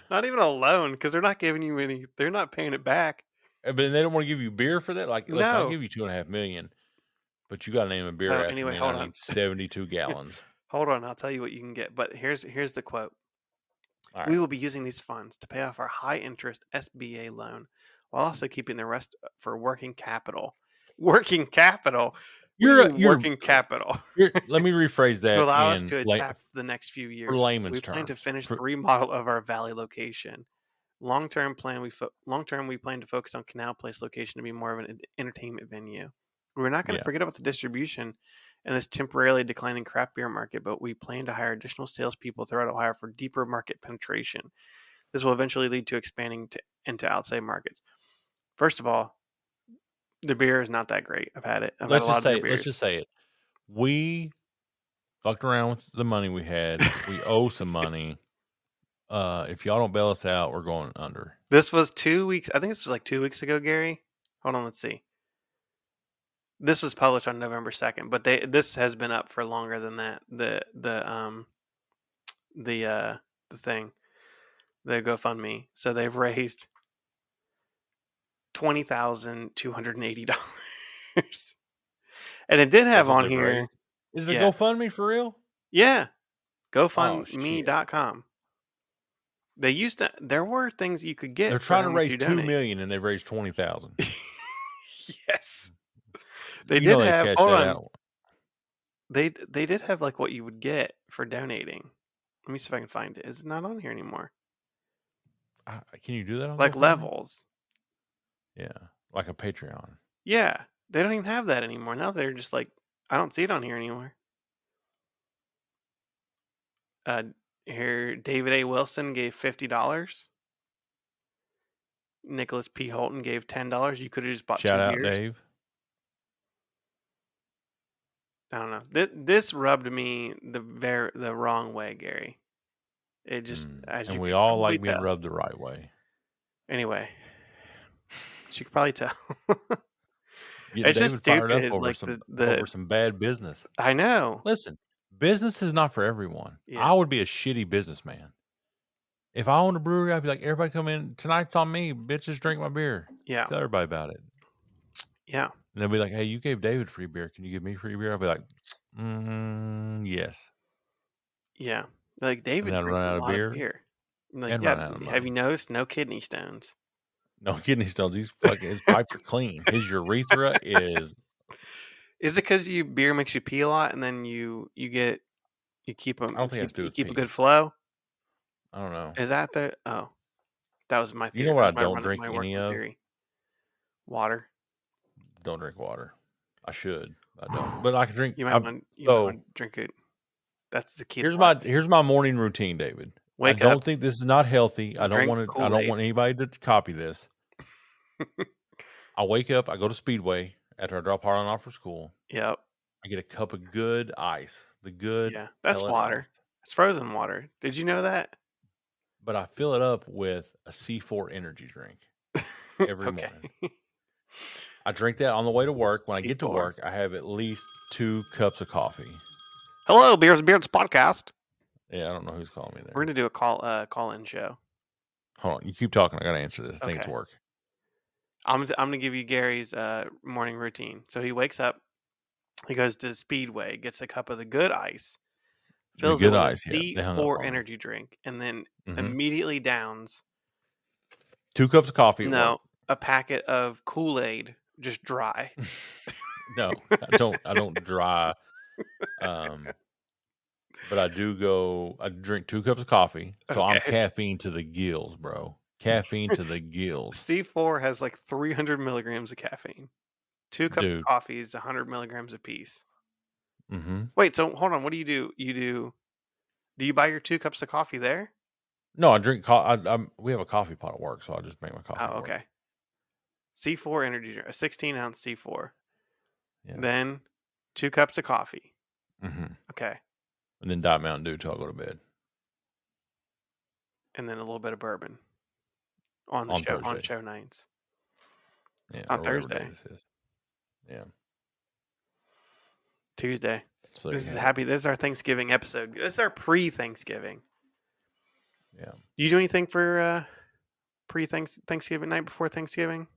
Speaker 1: Not even a loan, because they're not giving you any. They're not paying it back.
Speaker 2: Uh, But they don't want to give you beer for that. Like, listen, I'll
Speaker 1: No.
Speaker 2: give you two and a half million, but you got to name a beer
Speaker 1: Oh,
Speaker 2: after
Speaker 1: anyway,
Speaker 2: me. and
Speaker 1: hold
Speaker 2: I
Speaker 1: on.
Speaker 2: need seventy-two gallons.
Speaker 1: Hold on, I'll tell you what you can get. But here's here's the quote.
Speaker 2: All
Speaker 1: We
Speaker 2: right.
Speaker 1: will be using these funds to pay off our high interest SBA loan while also keeping the rest uh, for working capital. Working capital. What do
Speaker 2: You're
Speaker 1: you
Speaker 2: a-
Speaker 1: mean
Speaker 2: you're-
Speaker 1: working capital.
Speaker 2: You're- let me rephrase that.
Speaker 1: to allow us
Speaker 2: in
Speaker 1: to
Speaker 2: la-
Speaker 1: adapt the next few years.
Speaker 2: for layman's
Speaker 1: we plan to
Speaker 2: terms,
Speaker 1: finish
Speaker 2: for-
Speaker 1: the remodel of our valley location. Long term plan we fo- long term we plan to focus on Canal Place location to be more of an en- entertainment venue. We're not going to
Speaker 2: Yeah.
Speaker 1: forget about the distribution and this temporarily declining craft beer market, but we plan to hire additional salespeople throughout Ohio for deeper market penetration. This will eventually lead to expanding to into outside markets. First of all, the beer is not that great. I've had it. I've
Speaker 2: let's
Speaker 1: had a lot
Speaker 2: just
Speaker 1: of their
Speaker 2: say. Let's
Speaker 1: beers.
Speaker 2: just say it. We fucked around with the money we had. We owe some money. Uh, if y'all don't bail us out, we're going under.
Speaker 1: This was two weeks. I think this was like two weeks ago, Gary. Hold on, let's see. This was published on November second, but they this has been up for longer than that. The the um the uh the thing the GoFundMe. So they've raised twenty thousand two hundred and eighty dollars, and it did
Speaker 2: That's
Speaker 1: have
Speaker 2: what
Speaker 1: on
Speaker 2: they've
Speaker 1: here.
Speaker 2: raised. Is there
Speaker 1: yeah.
Speaker 2: GoFundMe for real?
Speaker 1: Yeah.
Speaker 2: Oh,
Speaker 1: GoFundMe.com. They used to there were things you could get.
Speaker 2: They're
Speaker 1: for
Speaker 2: trying
Speaker 1: how
Speaker 2: to
Speaker 1: much
Speaker 2: raise
Speaker 1: you
Speaker 2: two
Speaker 1: donate.
Speaker 2: million, and they've raised twenty thousand.
Speaker 1: yes. They
Speaker 2: you know
Speaker 1: did
Speaker 2: they
Speaker 1: have
Speaker 2: cash
Speaker 1: hold
Speaker 2: that
Speaker 1: on.
Speaker 2: out.
Speaker 1: They d- they did have like what you would get for donating. Let me see if I can find it. It's not on here anymore.
Speaker 2: Uh, Can you do that on
Speaker 1: Like
Speaker 2: GoFundMe?
Speaker 1: levels.
Speaker 2: Yeah, like a Patreon.
Speaker 1: Yeah. They don't even have that anymore. Now they're just like I don't see it on here anymore. Uh here David A. Wilson gave fifty dollars. Nicholas P. Holton gave ten dollars. You could have just bought
Speaker 2: Shout
Speaker 1: two
Speaker 2: out,
Speaker 1: beers.
Speaker 2: Dave.
Speaker 1: I don't know. This, this rubbed me the ver- the wrong way, Gary. It just
Speaker 2: Mm.
Speaker 1: as
Speaker 2: and
Speaker 1: you
Speaker 2: we
Speaker 1: could
Speaker 2: all
Speaker 1: probably
Speaker 2: like being
Speaker 1: tell.
Speaker 2: rubbed the right way.
Speaker 1: Anyway, she could probably tell.
Speaker 2: Getting
Speaker 1: It's just
Speaker 2: David fired up
Speaker 1: stupid,
Speaker 2: over
Speaker 1: like,
Speaker 2: some
Speaker 1: the- the-
Speaker 2: over some bad business.
Speaker 1: I know.
Speaker 2: Listen, business is not for everyone.
Speaker 1: Yeah.
Speaker 2: I would be a shitty businessman. If I owned a brewery, I'd be like, everybody come in. Tonight's on me. Bitches drink my beer.
Speaker 1: Yeah.
Speaker 2: Tell everybody about it.
Speaker 1: Yeah.
Speaker 2: And they'll be like, hey, you gave David free beer. Can you give me free beer? I'll be like, mm, yes.
Speaker 1: Yeah. Like David
Speaker 2: then
Speaker 1: drinks
Speaker 2: run
Speaker 1: a
Speaker 2: out of
Speaker 1: lot
Speaker 2: beer,
Speaker 1: of beer. And Like,
Speaker 2: and
Speaker 1: yeah,
Speaker 2: run out of
Speaker 1: have
Speaker 2: money.
Speaker 1: you noticed no kidney stones?
Speaker 2: No kidney stones. He's fucking, his pipes are clean. His urethra is,
Speaker 1: Is it because you beer makes you pee a lot, and then you you get you keep them?
Speaker 2: I don't think it has to
Speaker 1: keep,
Speaker 2: do
Speaker 1: you
Speaker 2: with
Speaker 1: keep a
Speaker 2: pee.
Speaker 1: good flow.
Speaker 2: I don't know.
Speaker 1: Is that the oh? That was my.
Speaker 2: You
Speaker 1: Theory.
Speaker 2: know what I
Speaker 1: my
Speaker 2: don't
Speaker 1: run-
Speaker 2: drink
Speaker 1: my working
Speaker 2: any of?
Speaker 1: Theory. Water.
Speaker 2: Don't drink water. I should. but I don't. But I can drink.
Speaker 1: You might
Speaker 2: I-
Speaker 1: want you
Speaker 2: so-
Speaker 1: might want to drink it. That's the key. to
Speaker 2: here's my
Speaker 1: life.
Speaker 2: here's my morning routine, David. I
Speaker 1: wake
Speaker 2: don't
Speaker 1: up.
Speaker 2: think this is not healthy. I don't
Speaker 1: Drink
Speaker 2: want to. I don't
Speaker 1: Kool-Aid.
Speaker 2: want anybody to copy this. I wake up. I go to Speedway after I drop Harlan off for school.
Speaker 1: Yep.
Speaker 2: I get a cup of good ice. The good.
Speaker 1: Yeah, that's
Speaker 2: pellet
Speaker 1: water.
Speaker 2: ice,
Speaker 1: It's frozen water. Did you know that?
Speaker 2: but I fill it up with a C4 energy drink every
Speaker 1: okay.
Speaker 2: morning. I drink that on the way to work. When I get to
Speaker 1: C4.
Speaker 2: work, I have at least two cups of coffee.
Speaker 1: Hello, Beers and Beards podcast.
Speaker 2: Yeah, I don't know who's calling me there.
Speaker 1: We're gonna do a call uh call in show.
Speaker 2: Hold on. You keep talking. I got to answer this. I think it's
Speaker 1: Okay.
Speaker 2: work.
Speaker 1: I'm t- I'm gonna give you Gary's uh, morning routine. So he wakes up, he goes to the Speedway, gets a cup of the good ice,
Speaker 2: The
Speaker 1: fills
Speaker 2: good
Speaker 1: it with
Speaker 2: ice, yeah,
Speaker 1: C
Speaker 2: they hung up
Speaker 1: four
Speaker 2: on it.
Speaker 1: energy drink, and then
Speaker 2: Mhm.
Speaker 1: immediately downs
Speaker 2: Two cups of coffee. at work.
Speaker 1: no a packet of Kool Aid, just dry.
Speaker 2: No, I don't. I don't dry. Um, but I do go. I drink two cups of coffee, so I'm
Speaker 1: Okay.
Speaker 2: caffeine to the gills, bro. Caffeine to the gills.
Speaker 1: C four has like 300 milligrams of caffeine. Two cups
Speaker 2: Dude.
Speaker 1: of coffee is 100 milligrams apiece.
Speaker 2: hmm
Speaker 1: Wait, so hold on. What do you do? You do? Do you buy your two cups of coffee there?
Speaker 2: No, I drink. Co- I, I'm, we have a coffee pot at work, so I just make my coffee. at
Speaker 1: Oh,
Speaker 2: work.
Speaker 1: okay. C four energy drink, a sixteen ounce C four.
Speaker 2: Yeah.
Speaker 1: Then two cups of coffee.
Speaker 2: Mhm.
Speaker 1: Okay.
Speaker 2: And then Diet Mountain Dew till I go to bed.
Speaker 1: And then a little bit of bourbon. On the
Speaker 2: On
Speaker 1: show on
Speaker 2: Thursdays.
Speaker 1: show nights.
Speaker 2: Yeah,
Speaker 1: on
Speaker 2: or whatever day
Speaker 1: Thursday.
Speaker 2: This is. Yeah.
Speaker 1: Tuesday.
Speaker 2: So there
Speaker 1: this
Speaker 2: you
Speaker 1: is
Speaker 2: have it.
Speaker 1: happy. This is our Thanksgiving episode. This is our pre Thanksgiving.
Speaker 2: Yeah.
Speaker 1: You do anything for uh pre Thanksgiving night before Thanksgiving?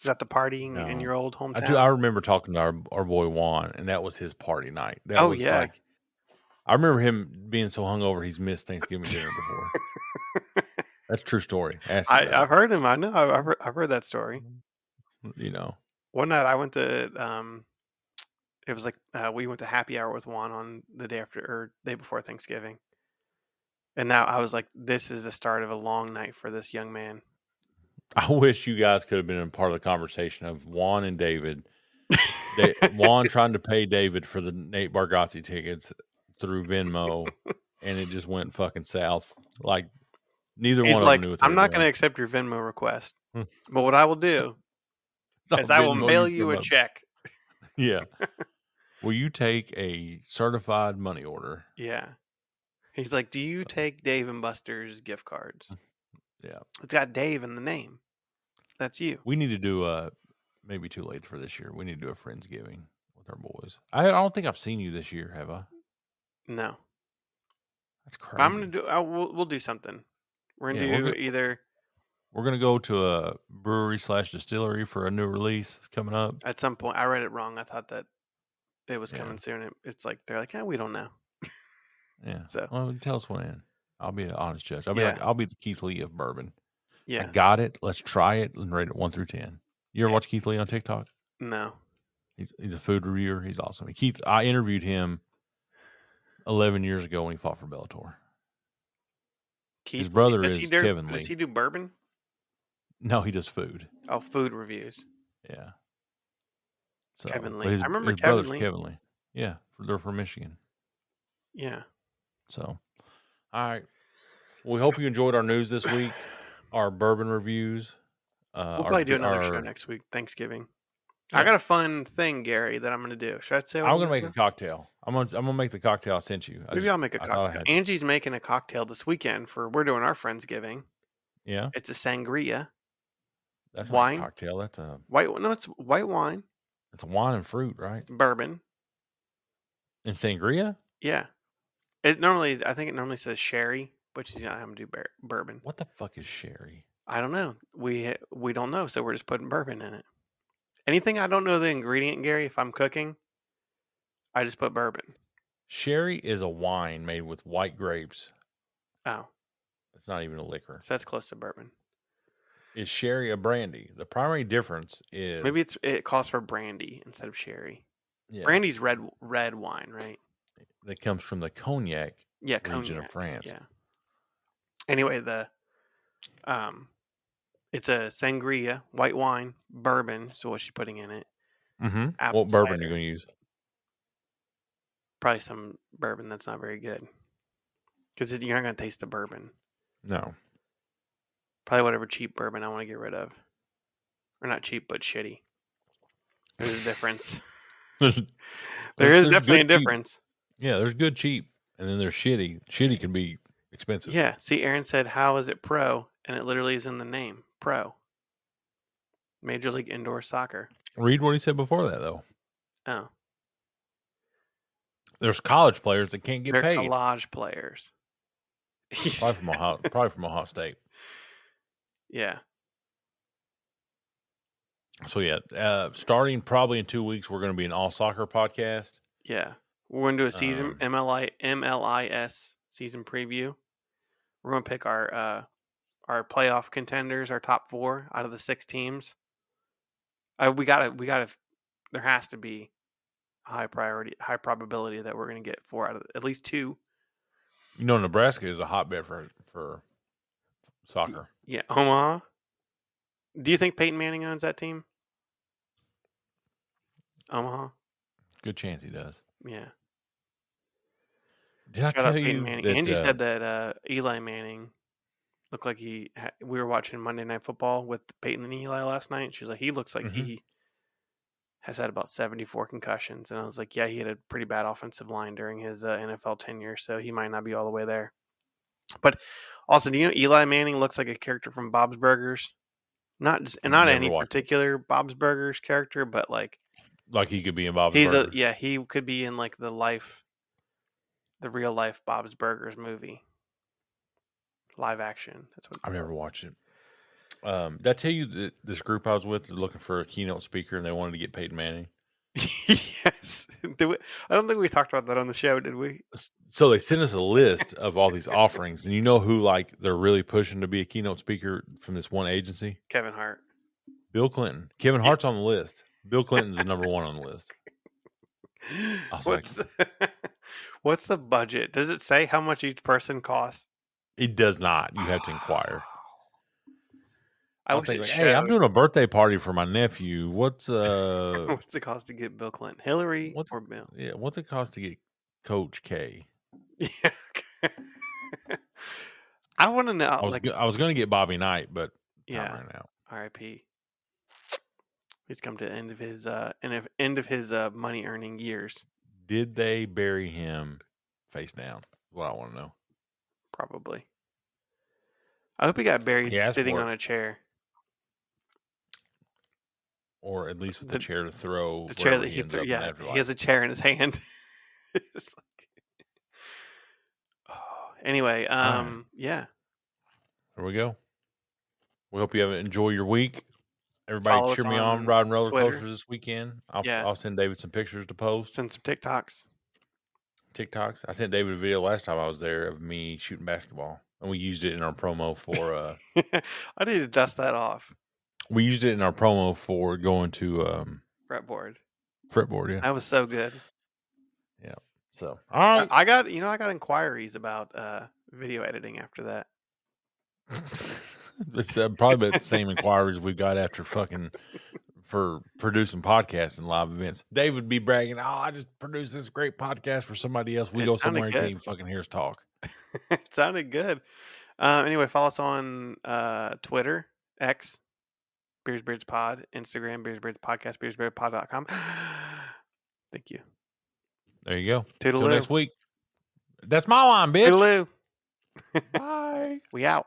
Speaker 1: Is that the partying in
Speaker 2: No.
Speaker 1: your old
Speaker 2: I
Speaker 1: hometown?
Speaker 2: do. I remember talking to our, our boy Juan, and that was his party night. That
Speaker 1: Oh,
Speaker 2: was
Speaker 1: yeah.
Speaker 2: like I remember him being so hungover he's missed Thanksgiving dinner before. That's a true story. Ask him
Speaker 1: I,
Speaker 2: about
Speaker 1: I've heard him. I know. I- I've heard, I've heard that story.
Speaker 2: Mm-hmm. it, you know.
Speaker 1: One night I went to um it was like uh, we went to happy hour with Juan on the day after or day before Thanksgiving. And now I was like, this is the start of a long night for this young man.
Speaker 2: I wish you guys could have been a part of the conversation of Juan and David. They, Juan trying to pay David for the Nate Bargatze tickets through Venmo, and it just went fucking south. Like neither
Speaker 1: He's
Speaker 2: one of
Speaker 1: like,
Speaker 2: them knew what they
Speaker 1: I'm
Speaker 2: were
Speaker 1: not going to
Speaker 2: doing.
Speaker 1: accept your Venmo request,
Speaker 2: Hmm.
Speaker 1: but what I will do
Speaker 2: It's on
Speaker 1: is I will
Speaker 2: Venmo,
Speaker 1: mail
Speaker 2: can
Speaker 1: you a
Speaker 2: look.
Speaker 1: check.
Speaker 2: Yeah. Will you take a certified money order?
Speaker 1: Yeah. He's like, do you take Dave and Buster's gift cards?
Speaker 2: Mm. Yeah.
Speaker 1: It's got Dave in the name. That's you.
Speaker 2: We need to do a maybe too late for this year. We need to do a friendsgiving with our boys. I, I don't think I've seen you this year, have I?
Speaker 1: No,
Speaker 2: That's crazy.
Speaker 1: I'm gonna do. I, we'll we'll do something. We're gonna
Speaker 2: Yeah, we'll
Speaker 1: do
Speaker 2: go-
Speaker 1: either.
Speaker 2: We're gonna go to a brewery slash distillery for a new release coming up.
Speaker 1: At some point, I read it wrong. I thought that it was
Speaker 2: Yeah.
Speaker 1: coming soon. It, it's like they're like, yeah, we don't know.
Speaker 2: Yeah.
Speaker 1: So
Speaker 2: Well, tell us when. in. I'll be an honest judge. I'll be like,
Speaker 1: Yeah.
Speaker 2: I'll be the Keith Lee of bourbon. I
Speaker 1: yeah,
Speaker 2: got it. Let's try it and rate it one through ten. You ever watch Keith Lee on TikTok?
Speaker 1: no,
Speaker 2: He's he's a food reviewer. He's awesome. Keith, I interviewed him eleven years ago when he fought for Bellator.
Speaker 1: Keith,
Speaker 2: His brother
Speaker 1: does he
Speaker 2: is
Speaker 1: do,
Speaker 2: Kevin
Speaker 1: Does
Speaker 2: Lee.
Speaker 1: he do bourbon?
Speaker 2: No, he does food.
Speaker 1: Oh, food reviews.
Speaker 2: Yeah. So,
Speaker 1: Kevin
Speaker 2: but
Speaker 1: Lee. I remember
Speaker 2: his
Speaker 1: Kevin
Speaker 2: brother's
Speaker 1: Lee.
Speaker 2: Kevin Lee. Yeah, they're from Michigan.
Speaker 1: Yeah,
Speaker 2: So, all right. We hope you enjoyed our news this week, our bourbon reviews. Uh,
Speaker 1: we'll
Speaker 2: our-
Speaker 1: probably do another show
Speaker 2: our-
Speaker 1: next week, Thanksgiving. I
Speaker 2: Yeah.
Speaker 1: got a fun thing, Gary, that I'm gonna do. Should I say? what
Speaker 2: I'm gonna
Speaker 1: gonna
Speaker 2: make a cocktail. I'm gonna I'm gonna make the cocktail I sent you. I
Speaker 1: Maybe
Speaker 2: just-
Speaker 1: I'll make a
Speaker 2: I thought I
Speaker 1: cocktail.
Speaker 2: had-
Speaker 1: Angie's making a cocktail this weekend for we're doing our friendsgiving.
Speaker 2: yeah,
Speaker 1: It's a sangria,
Speaker 2: that's
Speaker 1: Wine?
Speaker 2: not a cocktail. That's a
Speaker 1: white no, it's white wine,
Speaker 2: it's a wine and fruit, right?
Speaker 1: bourbon,
Speaker 2: in sangria.
Speaker 1: Yeah. It normally, I think it normally says sherry, but she's not having to do bur- bourbon.
Speaker 2: What the fuck is sherry?
Speaker 1: I don't know. We ha- we don't know, so we're just putting bourbon in it. Anything I don't know the ingredient, Gary. If I'm cooking, I just put bourbon.
Speaker 2: Sherry is a wine made with white grapes.
Speaker 1: Oh,
Speaker 2: It's not even a liquor.
Speaker 1: so that's close to bourbon.
Speaker 2: Is sherry a brandy? The primary difference is
Speaker 1: Maybe it's it calls for brandy instead of sherry.
Speaker 2: yeah,
Speaker 1: Brandy's red red wine, right?
Speaker 2: that comes from the cognac.
Speaker 1: Yeah,
Speaker 2: region of
Speaker 1: cognac,
Speaker 2: France.
Speaker 1: Yeah. Anyway, the um, it's a sangria, white wine, bourbon. So what she's putting in it?
Speaker 2: Mm-hmm.
Speaker 1: Apple
Speaker 2: What bourbon are
Speaker 1: cider.
Speaker 2: you going to use?
Speaker 1: Probably some bourbon that's not very good, because you're not gonna taste the bourbon.
Speaker 2: No,
Speaker 1: probably whatever cheap bourbon I want to get rid of. Or not cheap, but shitty. There's a difference. there
Speaker 2: There's-
Speaker 1: is
Speaker 2: there's
Speaker 1: definitely a
Speaker 2: good cheap.
Speaker 1: difference.
Speaker 2: yeah, there's good cheap, and then there's shitty. Shitty can be expensive.
Speaker 1: Yeah. See, Aaron said, How is it pro? And it literally is in the name pro. Major League Indoor Soccer.
Speaker 2: Read what he said before that though.
Speaker 1: Oh,
Speaker 2: There's college players that can't get
Speaker 1: they're
Speaker 2: paid.
Speaker 1: collage players.
Speaker 2: Probably
Speaker 1: He said-
Speaker 2: from Ohio. probably from Ohio State.
Speaker 1: yeah.
Speaker 2: So yeah, uh, starting probably in two weeks, we're going to be an all soccer podcast.
Speaker 1: Yeah. We're going to do a season
Speaker 2: Um,
Speaker 1: MLI, MLIS season preview. We're going to pick our uh, our playoff contenders, our top four out of the six teams. Uh, we gotta, we gotta. There has to be a high priority, high probability that we're going to get four out of at least two.
Speaker 2: You know, Nebraska is a hotbed for for soccer.
Speaker 1: Yeah, Omaha. Do you think Peyton Manning owns that team? Omaha.
Speaker 2: Good chance he does.
Speaker 1: Yeah.
Speaker 2: Did I
Speaker 1: Shout out
Speaker 2: tell
Speaker 1: Peyton
Speaker 2: you
Speaker 1: Manning.
Speaker 2: that,
Speaker 1: Angie
Speaker 2: uh,
Speaker 1: said that uh, Eli Manning looked like he. Ha- we were watching Monday Night Football with Peyton and Eli last night. and She was like, he looks like
Speaker 2: Mhm.
Speaker 1: he has had about seventy-four concussions, and I was like, yeah, he had a pretty bad offensive line during his uh, NFL tenure, so he might not be all the way there. But also, do you know Eli Manning looks like a character from Bob's Burgers? Not just, and not
Speaker 2: Never
Speaker 1: any
Speaker 2: watched it.
Speaker 1: particular Bob's Burgers character, but like
Speaker 2: like he could be involved.
Speaker 1: he's
Speaker 2: in
Speaker 1: a yeah he could be in like the life the real life bob's burgers movie live action that's what it's
Speaker 2: I've never
Speaker 1: called.
Speaker 2: watched it. Um, did I tell you that this group I was with is looking for a keynote speaker and they wanted to get Peyton Manning?
Speaker 1: yes Do we, i don't think we talked about that on the show did we
Speaker 2: S- So they sent us a list of all these offerings, and you know who like they're really pushing to be a keynote speaker from this one agency?
Speaker 1: kevin hart
Speaker 2: Bill Clinton. Kevin Hart's on the list. Bill Clinton's the number one on the list. was like-
Speaker 1: what's the, what's the budget does it say how much each person costs
Speaker 2: It does not. You have to inquire.
Speaker 1: i,
Speaker 2: I was
Speaker 1: wish it
Speaker 2: thinking, hey, I'm
Speaker 1: showed.
Speaker 2: doing a birthday party for my nephew. What's uh,
Speaker 1: what's the cost to get bill clinton hillary
Speaker 2: What's-
Speaker 1: or bill
Speaker 2: yeah, what's it cost to get Coach K?
Speaker 1: yeah okay. i want to know
Speaker 2: I was
Speaker 1: like
Speaker 2: go- I was going to get Bobby Knight, but
Speaker 1: yeah
Speaker 2: time ran out.
Speaker 1: R.I.P. He's come to the end of his uh end of end of his uh money earning years,
Speaker 2: Did they bury him face down? What I want to know.
Speaker 1: probably. I hope he got buried
Speaker 2: He asked
Speaker 1: sitting
Speaker 2: for it.
Speaker 1: on a chair.
Speaker 2: Or at least with the,
Speaker 1: The-
Speaker 2: chair to throw.
Speaker 1: The chair
Speaker 2: wherever
Speaker 1: that he
Speaker 2: ends
Speaker 1: threw,
Speaker 2: up in
Speaker 1: yeah,
Speaker 2: afterlife.
Speaker 1: he has a chair in his hand. It's like- oh, anyway,
Speaker 2: right.
Speaker 1: um, yeah,
Speaker 2: there we go. We hope you have enjoy your week. Everybody,
Speaker 1: Follow us
Speaker 2: cheer me on,
Speaker 1: on
Speaker 2: riding roller
Speaker 1: Twitter.
Speaker 2: coasters this weekend. I'll,
Speaker 1: Yeah.
Speaker 2: I'll send David some pictures to post.
Speaker 1: send some TikToks.
Speaker 2: TikToks. I sent David a video last time I was there of me shooting basketball, and we used it in our promo for. uh
Speaker 1: I need to dust that off.
Speaker 2: We used it in our promo for going to um
Speaker 1: Fretboard.
Speaker 2: fretboard. Yeah.
Speaker 1: That was so good.
Speaker 2: So all
Speaker 1: I- I got you know I got inquiries about uh video editing after that.
Speaker 2: it's uh, probably about the same inquiries we got after fucking for producing podcasts and live events. Dave would be bragging, "Oh, I just produced this great podcast for somebody else. We
Speaker 1: It
Speaker 2: go
Speaker 1: sounded
Speaker 2: somewhere and can't
Speaker 1: good.
Speaker 2: even fucking hear us talk."
Speaker 1: it sounded good. Uh, anyway, follow us on uh, Twitter, X, Beers Beards Pod, Instagram, Beers Beards Podcast, BeersBeardsPod.com. Thank you.
Speaker 2: There you go. Till
Speaker 1: Toodaloo.
Speaker 2: next week. That's my line, bitch.
Speaker 1: Toodaloo.
Speaker 2: Bye.
Speaker 1: We out.